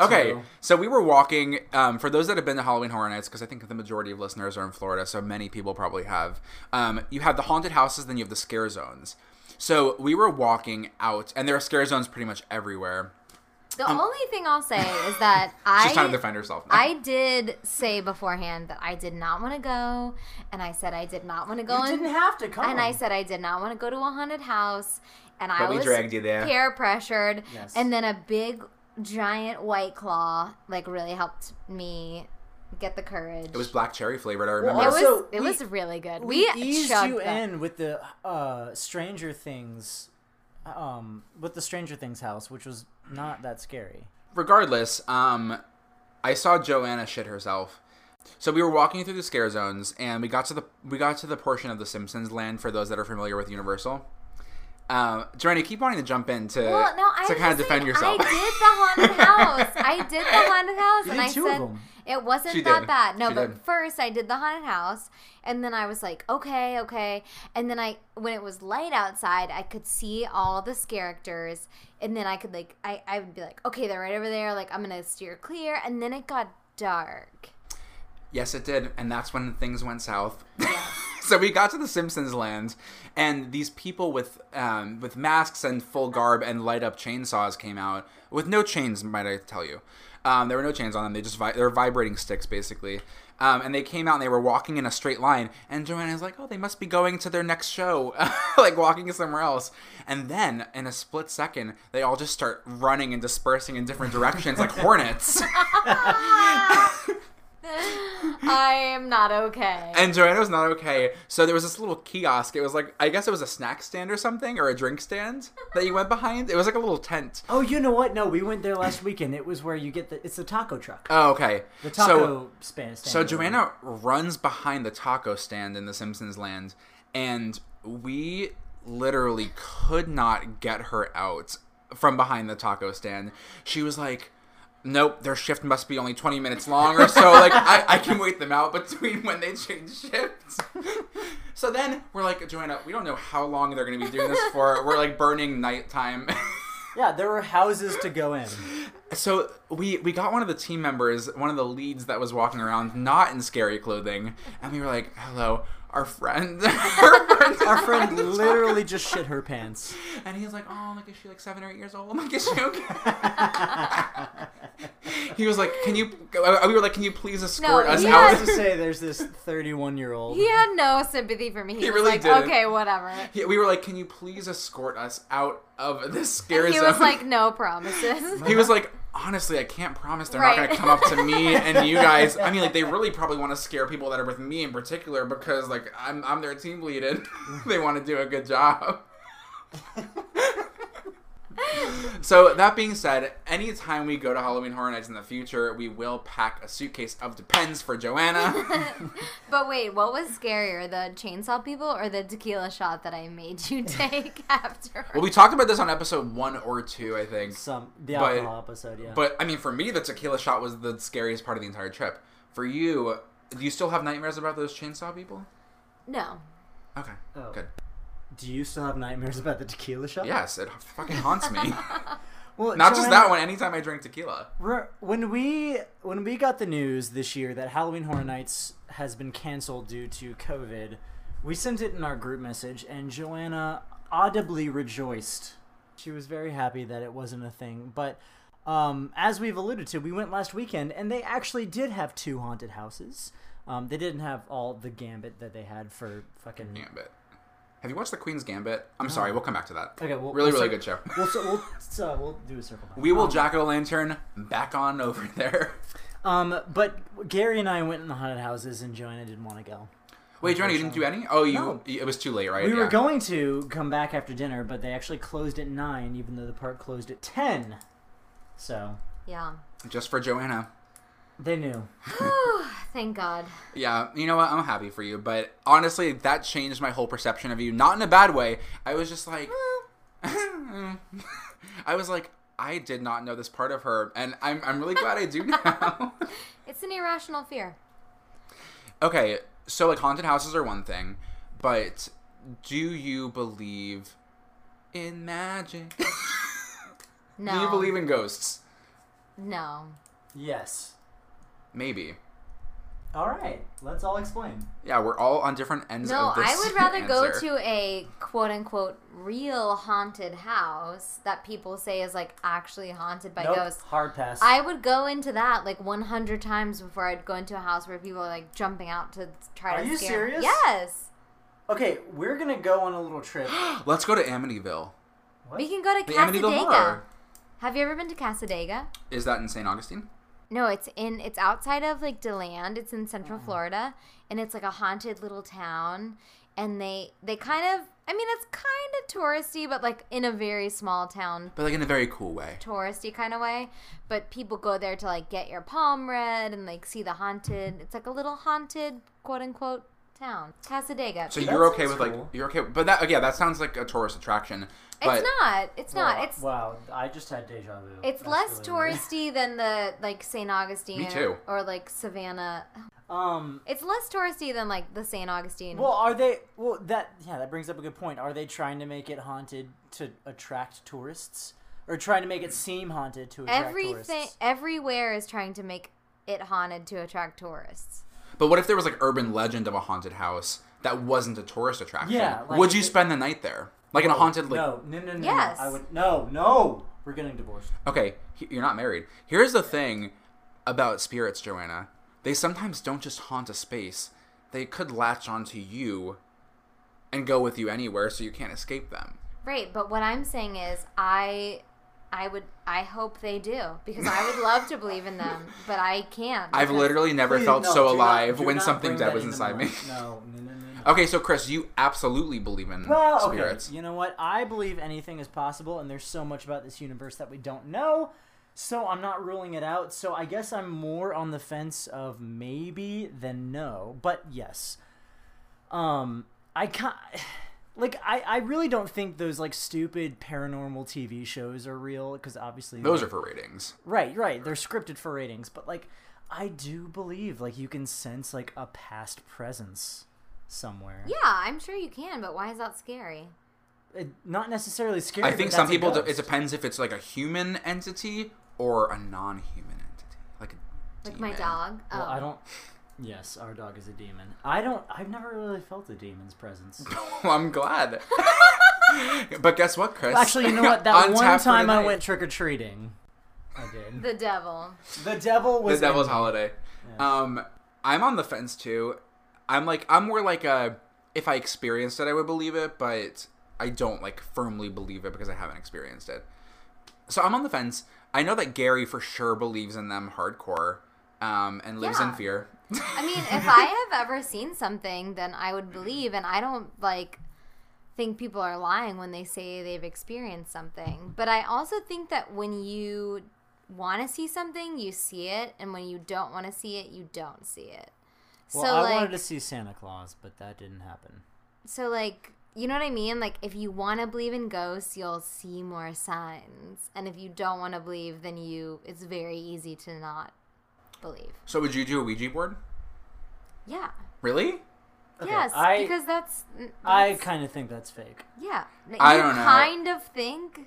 E: Okay,
C: too.
E: so we were walking. Um, for those that have been to Halloween Horror Nights, because I think the majority of listeners are in Florida, so many people probably have. Um, you have the haunted houses, then you have the scare zones. So we were walking out, and there are scare zones pretty much everywhere.
F: The only thing I'll say is that
E: um, She's trying to
F: I.
E: defend herself. Now.
F: I did say beforehand that I did not want to go, and I said I did not want to go.
C: You
F: in-
C: didn't have to come.
F: and I said I did not want to go to a haunted house, and I
E: But we
F: was
E: dragged you there.
F: peer pressured,
C: Yes.
F: and then a big giant white claw like really helped me get the courage.
E: it was black cherry flavored. I
F: It
E: remember.
F: was,
C: Also,
F: it
C: we-
F: was really good.
C: we,
F: We,
C: eased
F: chugged
C: you
F: that.
C: in with the uh, Stranger Things, um, with the Stranger Things house, which was not that scary.
E: regardless, um, I saw Joanna shit herself. So we were walking through the scare zones, and we got to the we got to the portion of the Simpsons land for those that are familiar with Universal. Um, Joanna, keep wanting to jump in to
F: Well, no, I
E: to
F: was
E: kind of
F: just
E: defend
F: saying,
E: yourself.
F: I did the haunted house. I did the haunted house,
C: You
F: and
C: did
F: I
C: two of
F: said
C: them.
F: it wasn't
E: She
F: that
E: did.
F: bad. No,
E: She
F: but
E: did.
F: first I did the haunted house, and then I was like, okay, okay. And then I, when it was light outside, I could see all the characters, and then I could like, I, I would be like, okay, they're right over there. Like I'm gonna steer clear, and then it got dark.
E: Yes, it did, and that's when things went south. so we got to the Simpsons land, and these people with um, with masks and full garb and light up chainsaws came out with no chains. Might I tell you, um, there were no chains on them. They just vi- they're vibrating sticks basically, um, and they came out and they were walking in a straight line. And Joanna's like, "Oh, they must be going to their next show, like walking somewhere else." And then in a split second, they all just start running and dispersing in different directions like hornets.
F: I am not okay.
E: And Joanna was not okay. So there was this little kiosk. It was like I guess it was a snack stand or something or a drink stand that you went behind. It was like a little tent.
C: Oh, you know what? No, we went there last weekend. It was where you get the it's the taco truck.
E: Oh, okay.
C: the
E: so
C: taco span stand.
E: so
C: or whatever.
E: Joanna runs behind the taco stand in the Simpsons land and we literally could not get her out from behind the taco stand. She was like Nope, their shift must be only 20 minutes long or so. Like, I, I can wait them out between when they change shifts. So then we're like, Joanna, we don't know how long they're going to be doing this for. We're like burning nighttime.
C: Yeah, there were houses to go in.
E: so we we got one of the team members, one of the leads that was walking around not in scary clothing, and we were like, hello, our friend. our friend, is
C: Our
E: behind
C: friend
E: the
C: literally just shit her pants.
E: truck. And he's like, oh, like, is she like seven or eight years old? Like, is she okay? he was like, can you, uh," we were like, can you please escort
F: No,
E: us
F: he
E: out?
C: I was to say there's this 31 year old.
F: he had no sympathy for me. He,
E: He
F: was
E: really
F: like,
E: didn't.
F: okay, whatever.
E: He- we were like, can you please escort us out of this scare
F: He
E: zone?
F: was like, no promises.
E: He was like, honestly, I can't promise they're not
F: Right.
E: going to come up to me and you guys. I mean, like, they really probably want to scare people that are with me in particular because, like, I'm, I'm their team lead and they want to do a good job. so, that being said, anytime we go to Halloween Horror Nights in the future, we will pack a suitcase of Depends for Joanna.
F: But wait, what was scarier, the chainsaw people or the tequila shot that I made you take after?
E: well, we talked about this on episode one or two, I think.
C: Some the
E: But-
C: alcohol episode, yeah.
E: But, I mean, for me, the tequila shot was the scariest part of the entire trip. For you, do you still have nightmares about those chainsaw people?
F: no.
E: Okay.
C: Oh.
E: Good.
C: Do you still have nightmares about the tequila shot?
E: Yes, it fucking haunts me.
C: Well,
E: Not just
C: Joanna,
E: that one. Anytime I drink tequila.
C: re- When we when we got the news this year that Halloween Horror Nights has been canceled due to COVID, we sent it in our group message, and Joanna audibly rejoiced. She was very happy that it wasn't a thing. But um, as we've alluded to, we went last weekend, and they actually did have two haunted houses. Um, they didn't have all the gambit that they had for fucking
E: Gambit. Have you watched The Queen's Gambit? I'm sorry, we'll come back to that.
C: Okay, well, Um,
E: really,
C: we'll
E: really
C: cir-
E: good show.
C: We'll so we'll, so we'll do a circle. back.
E: We will jack o' lantern back on over there.
C: Um, but Gary and I went in the haunted houses, and Joanna didn't want to go.
E: Wait, Johnny, you didn't do any? Oh, you.
C: No.
E: It was too late, right?
C: We were
E: Yeah.
C: going to come back after dinner, but they actually closed at nine, even though the park closed at ten. So
F: Yeah.
E: just for Joanna.
C: they knew.
F: Thank God.
E: Yeah, you know what? I'm happy for you, but honestly, that changed my whole perception of you. Not in a bad way. I was just like, I was like, I did not know this part of her, and I'm I'm really glad I do now.
F: It's an irrational fear.
E: Okay, so like haunted houses are one thing, but do you believe in magic?
F: No.
E: Do you believe in ghosts?
F: No.
C: Yes.
E: Maybe.
C: All right. Let's all explain.
E: Yeah, we're all on different ends
F: No,
E: of this.
F: I would rather go
E: answer.
F: to a quote unquote real haunted house that people say is like actually haunted by
C: nope.
F: ghosts.
C: Hard pass.
F: I would go into that like 100 times before I'd go into a house where people are like jumping out to try
C: Are
F: to
C: you
F: scare.
C: serious?
F: Yes.
C: okay, we're gonna go on a little trip.
E: Let's go to Amityville.
F: We can go to
E: The Amityville
F: Casadega.
E: Horror.
F: Have you ever been to Casadega?
E: Is that in St. Augustine?
F: No, it's in it's outside of like Deland. It's in Central Florida, and it's like a haunted little town. and they they kind of I mean it's kind of touristy, but like in a very small town
E: but like in a very cool way.
F: touristy kind of way. But people go there to like get your palm read and like see the haunted. It's like a little haunted quote unquote town, Casadega.
E: So
F: it's
E: you're
C: That
E: okay with
C: sounds
E: like
C: cool.
E: you're okay, but that oh, yeah, that sounds like a tourist attraction. But
F: not. It's not.
C: Wow,
F: It's
C: wow. I just had deja vu.
F: It's
C: That's
F: less
C: really weird.
F: touristy than the like St. Augustine
E: Me too.
F: or like Savannah.
C: Um.
F: It's less touristy than like the St. Augustine.
C: Well, are they? Well, that yeah, that brings up a good point. Are they trying to make it haunted to attract tourists, or trying to make it seem haunted to attract
F: Everything,
C: tourists?
F: everywhere is trying to make it haunted to attract tourists.
E: but what if there was like urban legend of a haunted house that wasn't a tourist attraction?
C: Yeah, like
E: Would you
C: it- Oh,
E: spend the night there? Like in a haunted like
C: No, no, no, no, no.
F: Yes.
C: I would. No, no. We're getting divorced.
E: Okay, he- you're not married. Here's the thing about spirits, Joanna. They sometimes don't just haunt a space. They could latch onto you and go with you anywhere so you can't escape them.
F: Right, but what I'm saying is, I, I would, I hope they do because I would love to believe in them, but I can't.
E: I've
F: because-
E: literally never
C: Please,
E: felt
C: no,
E: so
C: do not-
E: alive
C: do
E: when
C: not
E: something
C: bring
E: dead
C: that
E: was
C: into
E: inside
C: my-
E: me.
C: No, no, no, no. no.
E: Okay, so Chris, you absolutely believe in
C: Well, okay.
E: spirits.
C: You know what? I believe anything is possible, and there's so much about this universe that we don't know. So I'm not ruling it out. So I guess I'm more on the fence of maybe than no, but yes. Um, I can't. Like I, I really don't think those like stupid paranormal TV shows are real because obviously
E: Those are for ratings.
C: Right, right. They're scripted for ratings, but like I do believe like you can sense like a past presence somewhere.
F: Yeah, I'm sure you can, but why is that scary?
C: It, not necessarily scary.
E: I
C: but
E: think
C: that's
E: some
C: a
E: people, do,
C: ghost.
E: it depends if it's like a human entity or a non human entity. Like, a
F: Like my
E: demon.
F: dog.
C: Well,
F: Oh.
C: I don't. Yes, our dog is a demon. I don't. I've never really felt a demon's presence.
E: Well, I'm glad. but guess what, Chris?
C: Actually, you know what? That
E: On
C: one
E: tap for
C: time I
E: tonight.
C: went trick or treating, I did.
F: The devil.
C: The devil
E: the
C: was.
E: Devil's
C: in-
E: Holiday. Um, I'm on the fence too. I'm like I'm more like a if I experienced it, I would believe it, but I don't like firmly believe it because I haven't experienced it. So I'm on the fence. I know that Gary for sure believes in them hardcore, um, and lives in
F: Yeah.
E: fear.
F: I mean, if I have ever seen something, then I would believe, and I don't like think people are lying when they say they've experienced something. But I also think that when you want to see something, you see it, and when you don't want to see it, you don't see it.
C: Well,
F: so
C: I
F: like,
C: wanted to see Santa Claus, but that didn't happen.
F: so like, you know what I mean? Like, if you want to believe in ghosts, you'll see more signs, and if you don't want to believe, then you it's very easy to not believe.
E: So would you do a Ouija board?
F: Yeah.
E: Really?
C: Okay,
F: yes,
C: I-
F: because that's, that's
C: I kind of think that's fake.
F: Yeah.
E: I
F: you
E: don't know.
F: kind of think.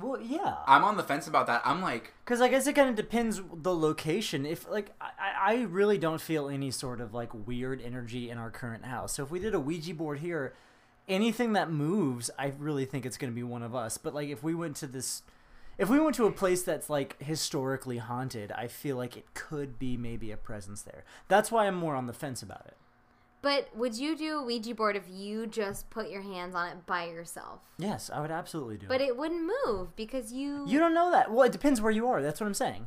C: Well, yeah.
E: I'm on the fence about that. I'm like
C: Because I guess it kind of depends the location. If like I, I I really don't feel any sort of like weird energy in our current house. So if we did a Ouija board here, anything that moves, I really think it's going to be one of us. But like if we went to this, if we went to a place that's like historically haunted, I feel like it could be maybe a presence there. That's why I'm more on the fence about it.
F: But would you do a Ouija board if you just put your hands on it by yourself?
C: Yes, I would absolutely do.
F: But
C: it.
F: it wouldn't move because you.
C: you don't know that. Well, it depends where you are. That's what I'm saying.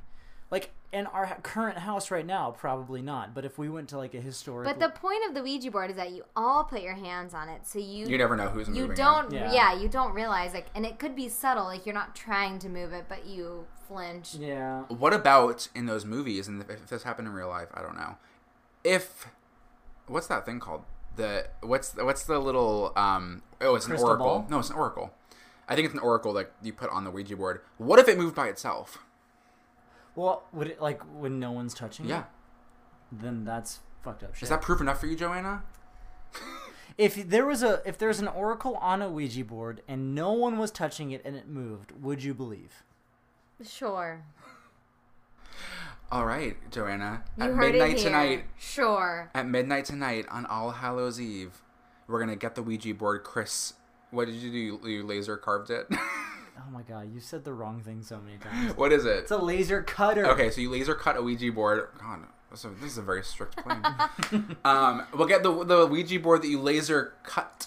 C: Like in our h- current house right now, probably not. But if we went to like a historic,
F: But the point of the Ouija board is that you all put your hands on it, so you
E: you never know who's
F: you
E: moving. it.
F: don't
C: Yeah.
F: yeah. you don't realize like, and it could be subtle, like you're not trying to move it, but you flinch.
C: yeah.
E: What about in those movies? And if this happened in real life, I don't know. If what's that thing called? The what's the, what's the little um? Oh, it's
C: Crystal
E: an oracle.
C: ball?
E: No, it's an oracle. I think it's an oracle that you put on the Ouija board. What if it moved by itself?
C: Well, would it like when no one's touching?
E: Yeah,
C: it, then that's fucked up shit.
E: is that proof enough for you, Joanna?
C: if there was a if there's an oracle on a Ouija board and no one was touching it and it moved, would you believe?
F: Sure,
E: All right, Joanna.
F: you
E: at
F: heard
E: midnight
F: it here.
E: tonight,
F: Sure.
E: at midnight tonight on All Hallows Eve, we're gonna get the Ouija board. Chris, what did you do? You, you laser carved it.
C: Oh my god, you said the wrong thing so many times.
E: what is it?
C: It's a laser cutter.
E: Okay, so you laser cut a Ouija board. God, this is a, this is a very strict plan. um, we'll get the the Ouija board that you laser cut,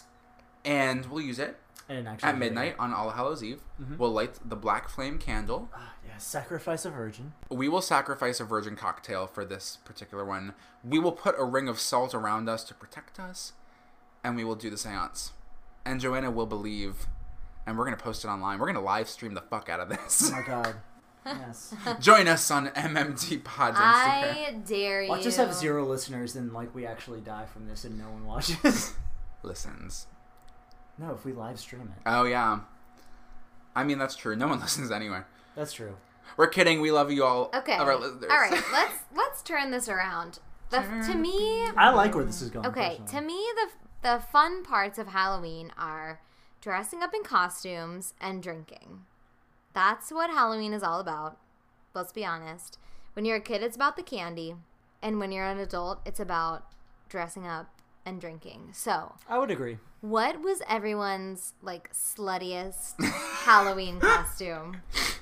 E: and we'll use it
C: I didn't actually
E: at
C: do that.
E: midnight on All Hallows Eve.
C: Mm-hmm.
E: We'll light the black flame candle.
C: Yeah, sacrifice a virgin.
E: We will sacrifice a virgin cocktail for this particular one. We will put a ring of salt around us to protect us, and we will do the seance. And Joanna will believe, and we're going to post it online. We're going to live stream the fuck out of this.
C: Oh my god. Yes.
E: Join us on MMT Pod's Instagram.
F: I dare you.
C: Let's just have zero listeners, then like we actually die from this and no one watches.
E: Listens.
C: no, if we live stream it.
E: Oh, yeah. I mean, that's true. No one listens anyway.
C: That's true.
E: We're kidding. We love you all.
F: Okay.
E: Of our listeners.
F: All right. Let's let's turn this around. The, to me,
C: I like where this is going.
F: okay.
C: personally.
F: To me, the the fun parts of Halloween are dressing up in costumes and drinking. That's what Halloween is all about. Let's be honest. When you're a kid, it's about the candy, and when you're an adult, it's about dressing up and drinking. So,
C: I would agree.
F: what was everyone's like sluttiest Halloween costume?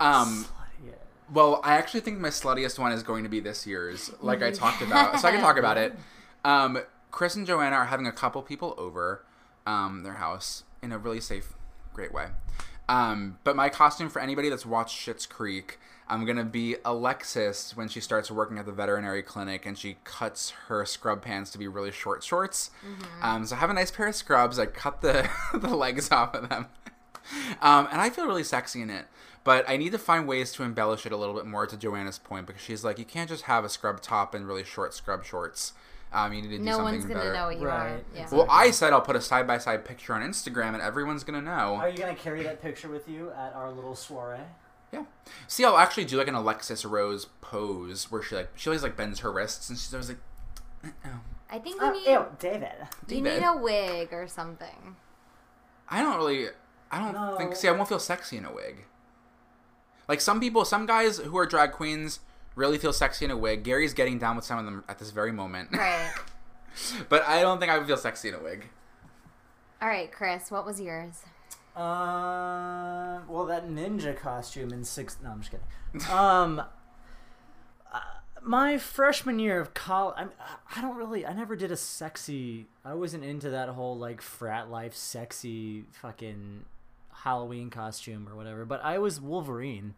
E: Um,
C: Yeah.
E: well, I actually think my sluttiest one is going to be this year's, like I talked about. So I can talk about it. Um, Chris and Joanna are having a couple people over um, their house in a really safe, great way. Um, but my costume for anybody that's watched Schitt's Creek, I'm gonna be Alexis when she starts working at the veterinary clinic and she cuts her scrub pants to be really short shorts. Um, so I have a nice pair of scrubs. I cut the the legs off of them, um, and I feel really sexy in it. But I need to find ways to embellish it a little bit more to Joanna's point because she's like, you can't just have a scrub top and really short scrub shorts. Um, you need to do
F: No
E: something
F: one's gonna
E: better.
F: know what you are.
C: Right,
F: Yeah.
E: Well, I said I'll put a side by side picture on Instagram and everyone's gonna know.
C: Are you gonna carry that picture with you at our little soiree?
E: Yeah. See, I'll actually do like an Alexis Rose pose where she like she always like bends her wrists and she's always like, oh,
F: I think we
C: Oh,
F: need
C: ew, David.
F: you
E: David.
F: need a wig or something.
E: I don't really, I don't
C: No.
E: think. See, I won't feel sexy in a wig. Like some people, some guys who are drag queens really feel sexy in a wig. Gary's getting down with some of them at this very moment,
F: Right.
E: but I don't think I would feel sexy in a wig.
F: All right, Chris, what was yours?
C: Um. well, that ninja costume in sixth. No, I'm just kidding. Um. uh, My freshman year of college, I'm, I don't really, I never did a sexy. I wasn't into that whole like frat life, sexy fucking Halloween costume or whatever. But I was Wolverine.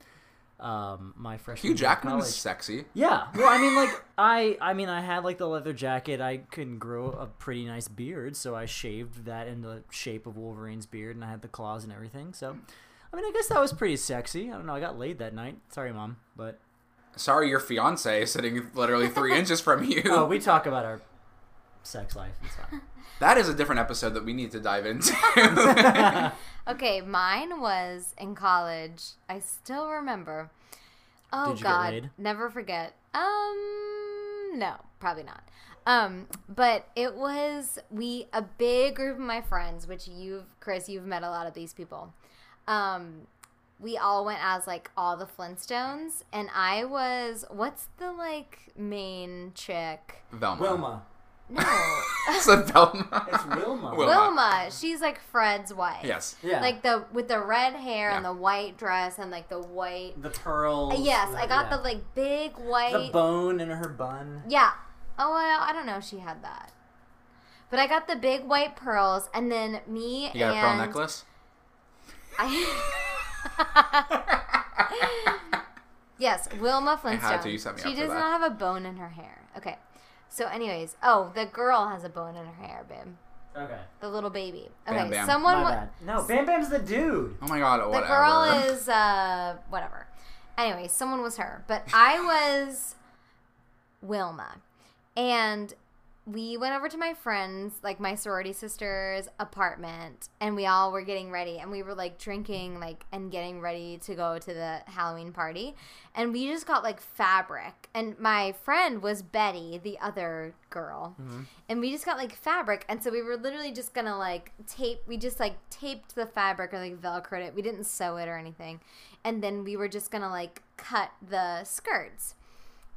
C: Um, my freshman
E: Hugh
C: year of
E: Jackman
C: college.
E: was sexy.
C: Yeah. Well, I mean, like, I, I mean, I had like the leather jacket. I can grow a pretty nice beard, so I shaved that in the shape of Wolverine's beard, and I had the claws and everything. So, I mean, I guess that was pretty sexy. I don't know. I got laid that night. Sorry, mom, but
E: Sorry, your fiance is sitting literally three inches from you.
C: oh, we talk about our sex life. It's fine.
E: That is a different episode that we need to dive into.
F: Okay, mine was in college. I still remember. Oh
C: Did you get
F: God,
C: laid?
F: never forget. Um, no, probably not. Um, but it was we a big group of my friends, which you've Chris, you've met a lot of these people. Um, we all went as like all the Flintstones, and I was what's the like main chick?
E: Velma.
C: Wilma.
F: No,
E: So Velma.
C: It's Wilma.
E: Wil- Wilma.
F: Wilma. She's like Fred's wife.
E: Yes.
C: yeah.
F: Like the with the red hair and
E: Yeah.
F: the white dress and like the white. uh,
C: the pearls.
F: yes, I got
C: yeah.
F: the like big white.
C: the bone in her bun.
F: yeah. Oh well, I don't know. if She had that, but I got the big white pearls, and then me
E: You got
F: and
E: a pearl necklace? Oh
F: I- yes, Wilma
E: had to.
F: Flintstone.
E: You set me
F: she
E: up for
F: does
E: that.
F: not have a bone in her hair. Okay. So, anyways, oh, the girl has a bone in her hair, babe.
C: Okay.
F: The little baby. Okay,
E: Bam Bam.
F: someone.
C: My
F: wa-
C: bad. No, Bam Bam's the dude.
E: Oh my god,
F: The
E: whatever.
F: girl is uh whatever. Anyway, someone was her, but I was Wilma. And we went over to my friends, like my sorority sister's apartment, and we all were getting ready and we were like drinking like and getting ready to go to the Halloween party. And we just got like fabric. And my friend was Betty, the other girl. And we just got like fabric. And so we were literally just gonna like tape, we just like taped the fabric or like velcroed it. We didn't sew it or anything. And then we were just gonna like cut the skirts.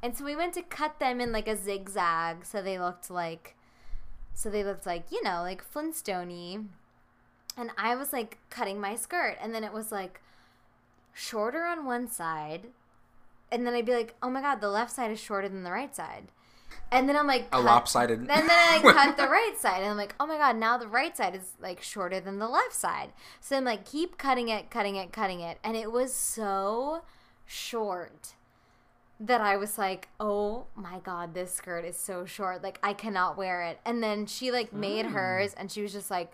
F: And so we went to cut them in like a zigzag so they looked like so they looked like, you know, like Flintstoney. And I was like cutting my skirt and then it was like shorter on one side. And then I'd be like, "Oh my god, the left side is shorter than the right side." And then I'm like
E: a
F: cut-
E: lopsided.
F: and then I like, cut the right side, and I'm like, oh my god, now the right side is like shorter than the left side. So I'm like, keep cutting it, cutting it, cutting it, and it was so short. that I was like, oh my God, this skirt is so short. Like, I cannot wear it. And then she like made
E: Hmm.
F: hers and she was just like,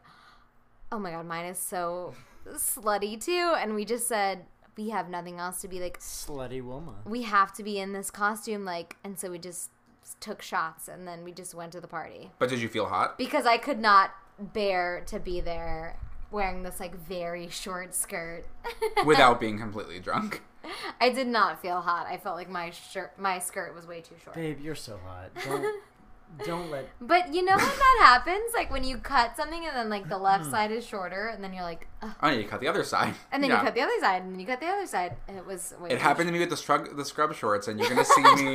F: oh my God, mine is so slutty too. And we just said, we have nothing else to be like,
C: Slutty Wilma.
F: we have to be in this costume. Like, and so we just took shots and then we just went to the party
E: But did you feel hot?
F: because I could not bear to be there wearing this like very short skirt.
E: Without being completely drunk.
F: I did not feel hot. I felt like my shirt, my skirt was way too short.
C: Babe, you're so hot. Don't don't let
F: But you know when that happens, like when you cut something and then like the
E: Mm-hmm.
F: left side is shorter, and then you're like, Ugh.
E: Oh, you cut the other side.
F: and then
E: Yeah.
F: you cut the other side, and then you cut the other side, and it was. Way
E: It
F: too
E: happened to me with the strug- the scrub shorts, and you're gonna see me.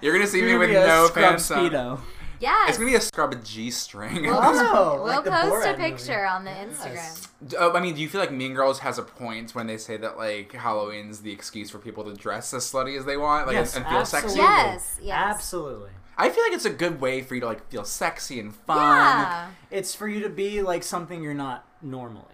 E: You're gonna see me with
C: Maybe a
E: no uh,
C: scrub
E: pants on.
C: speedo.
F: short. Yes.
E: It's gonna be a scrub G string.
F: We'll,
C: Oh,
F: we'll
C: like the
F: post a
C: Borat movie.
F: picture on the
C: Yes.
F: Instagram.
E: Oh, I mean, do you feel like Mean Girls has a point when they say that like Halloween's the excuse for people to dress as slutty as they want, like
C: Yes,
E: and, and feel
C: absolutely.
E: sexy?
F: Yes. Yes.
C: Absolutely.
E: I feel like it's a good way for you to like feel sexy and
C: Um,
E: fun.
F: Yeah.
C: It's for you to be like something you're not normally.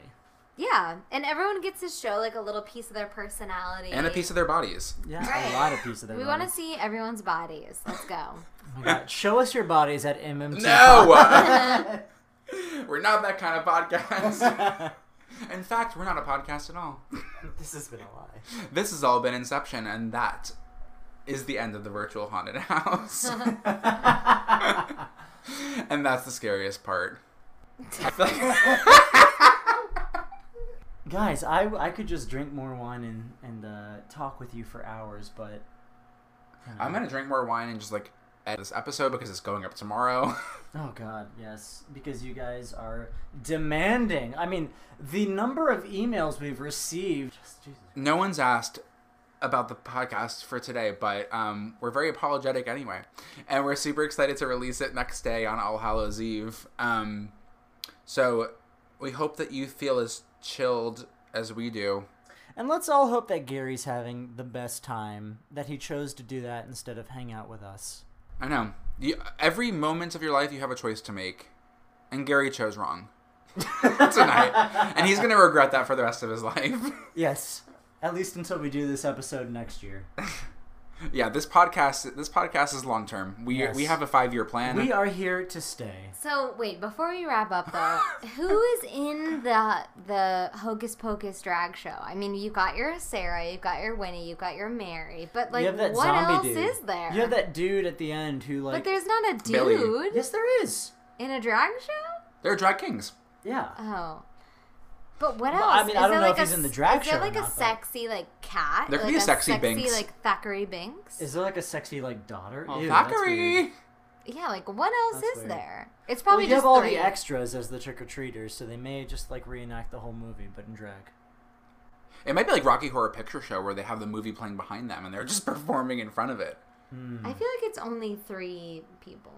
F: Yeah, and everyone gets to show like a little piece of their personality
E: And a piece of their bodies.
C: Yeah,
F: Right.
C: a lot of pieces of their
F: We want
C: body.
F: to see everyone's bodies. Let's go.
C: Oh my God. Show us your bodies at MMT.
E: No! we're not that kind of podcast. In fact, we're not a podcast at all.
C: this has been a lie.
E: This has all been Inception, and that is the end of the virtual haunted house. and that's the scariest part. I feel like-
C: Guys, I, I could just drink more wine and, and uh, talk with you for hours, but
E: I'm gonna drink more wine and just like edit this episode because it's going up tomorrow.
C: oh god, yes, because you guys are demanding. I mean, the number of emails we've received. Jesus.
E: no one's asked about the podcast for today, but um, we're very apologetic anyway, and we're super excited to release it next day on All Hallows Eve. Um, so we hope that you feel as chilled as we do.
C: And let's all hope that Gary's having the best time, that he chose to do that instead of hang out with us.
E: I know you, every moment of your life you have a choice to make, and Gary chose wrong tonight, and he's gonna regret that for the rest of his life.
C: Yes, at least until we do this episode next year.
E: yeah, this podcast this podcast is long term. We
C: Yes.
E: we have a five year plan.
C: We are here to stay.
F: So wait, before we wrap up though, who is in the the Hocus Pocus drag show? I mean, you got your Sarah, you got your Winnie, you got your Mary, but like,
C: you have that
F: what
C: zombie
F: else
C: dude.
F: is there?
C: You have that dude at the end who like.
F: but there's not a dude
E: Billy.
C: yes, there is.
F: in a drag show.
E: They're drag kings.
C: Yeah.
F: Oh. But what else?
C: Well, I mean, I
F: Is
C: don't
F: there,
C: know
F: like,
C: if
F: a
C: he's in the
F: s-
C: drag
F: Is there
C: show or
F: like
C: not,
F: a
C: but-
F: sexy like cat?
E: There could
F: like
E: be a sexy Binks.
F: like Thackeray Binks.
C: Is there like a sexy like daughter?
E: Oh,
C: Ew, that's
E: Thackeray.
C: weird.
F: yeah, like what else
C: That's
F: is
C: weird.
F: there? It's
C: Well,
F: probably
C: you
F: just
C: have all
F: three.
C: the extras as the trick or treaters, so they may just like reenact the whole movie, but in drag.
E: It might be like Rocky Horror Picture Show where they have the movie playing behind them and they're just performing in front of it.
F: I feel like it's only three people.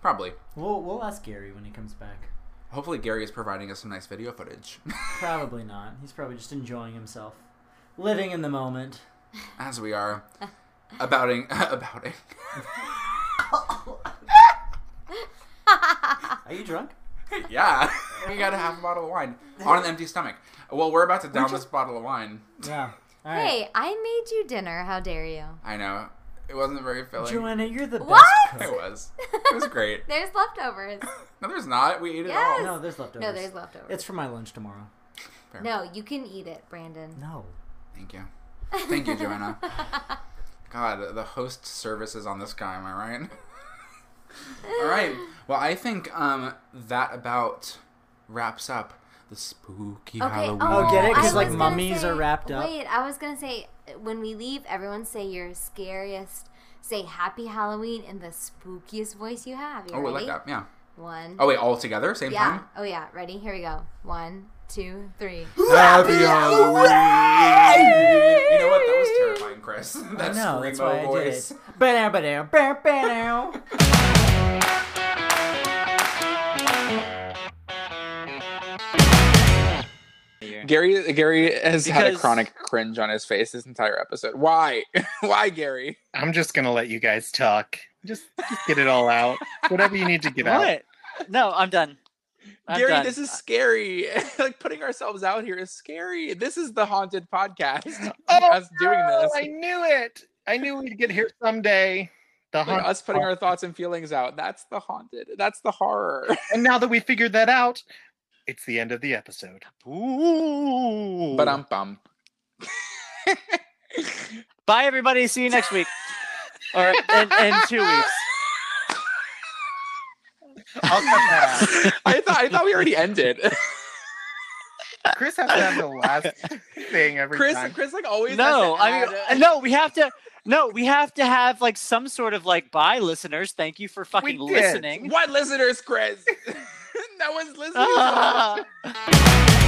E: Probably.
C: We'll we'll ask Gary when he comes back.
E: Hopefully Gary is providing us some nice video footage.
C: Probably not. He's probably just enjoying himself, living in the moment.
E: As we are abouting abouting.
C: Are you drunk?
E: yeah. We got a half a bottle of wine on an empty stomach. Well, we're about to down this bottle of wine.
C: Yeah. All right.
F: Hey, I made you dinner. How dare you?
E: I know. It wasn't very filling.
C: Joanna, you're the
F: What?
C: best
E: It
C: cook.
E: was. It was great.
F: There's leftovers.
E: No, there's not. We ate it
F: Yes.
C: No, there's leftovers.
F: No, there's leftovers.
C: It's for my lunch tomorrow.
F: No, you can eat it, Brandon.
C: No.
E: all. Thank you. Thank you, Joanna. God, the host services on this guy, am I right? All right. Well, I think um that about wraps up the spooky Halloween.
C: Oh, get it? 'Cause,
F: I
C: like,
F: was gonna
C: mummies are
F: say-
C: wrapped up.
F: Wait, I was gonna say when we leave, everyone say your scariest, say Happy Halloween in the spookiest voice you have. You
E: Oh, I
F: ready?
E: like that. Yeah.
F: One.
E: Oh wait, all together, same
F: yeah.
E: time.
F: Oh yeah. Ready? Here we go. One, two, three.
E: Happy Halloween! You know what? That was terrifying, Chris. That
C: no, that's
E: screamo
C: why I
E: voice.
C: did it. Ba-dow, ba-dow, ba ba
B: Gary Gary has had a
D: Because-
B: chronic cringe on his face this entire episode. Why? Why, Gary?
A: I'm just gonna let you guys talk. Just, just get it all out. Whatever you need to get out.
D: What? No, I'm done. I'm
B: Gary,
D: done.
B: this is scary. like putting ourselves out here is scary. This is the haunted podcast.
A: Oh,
B: Us doing
A: no,
B: this.
A: I knew it. I knew we'd get here someday. The
B: Like
A: haunt-
B: us putting our thoughts and feelings out. That's the haunted. That's the horror.
A: and now that we figured that out, it's the end of the episode.
C: Ooh.
B: But um bum.
C: Bye, everybody. See you next week. or in, in two weeks.
A: I'll cut that out.
B: I thought I thought we already ended.
A: Chris has to have the last thing every
B: Chris
A: time.
B: Chris like always. has
C: No,
B: to
C: I mean,
B: add-
C: no, we have to. No, we have to have like some sort of like bye listeners. Thank you for fucking
A: did.
C: listening.
B: What listeners, Chris? no one's listening. to us.
C: Ah.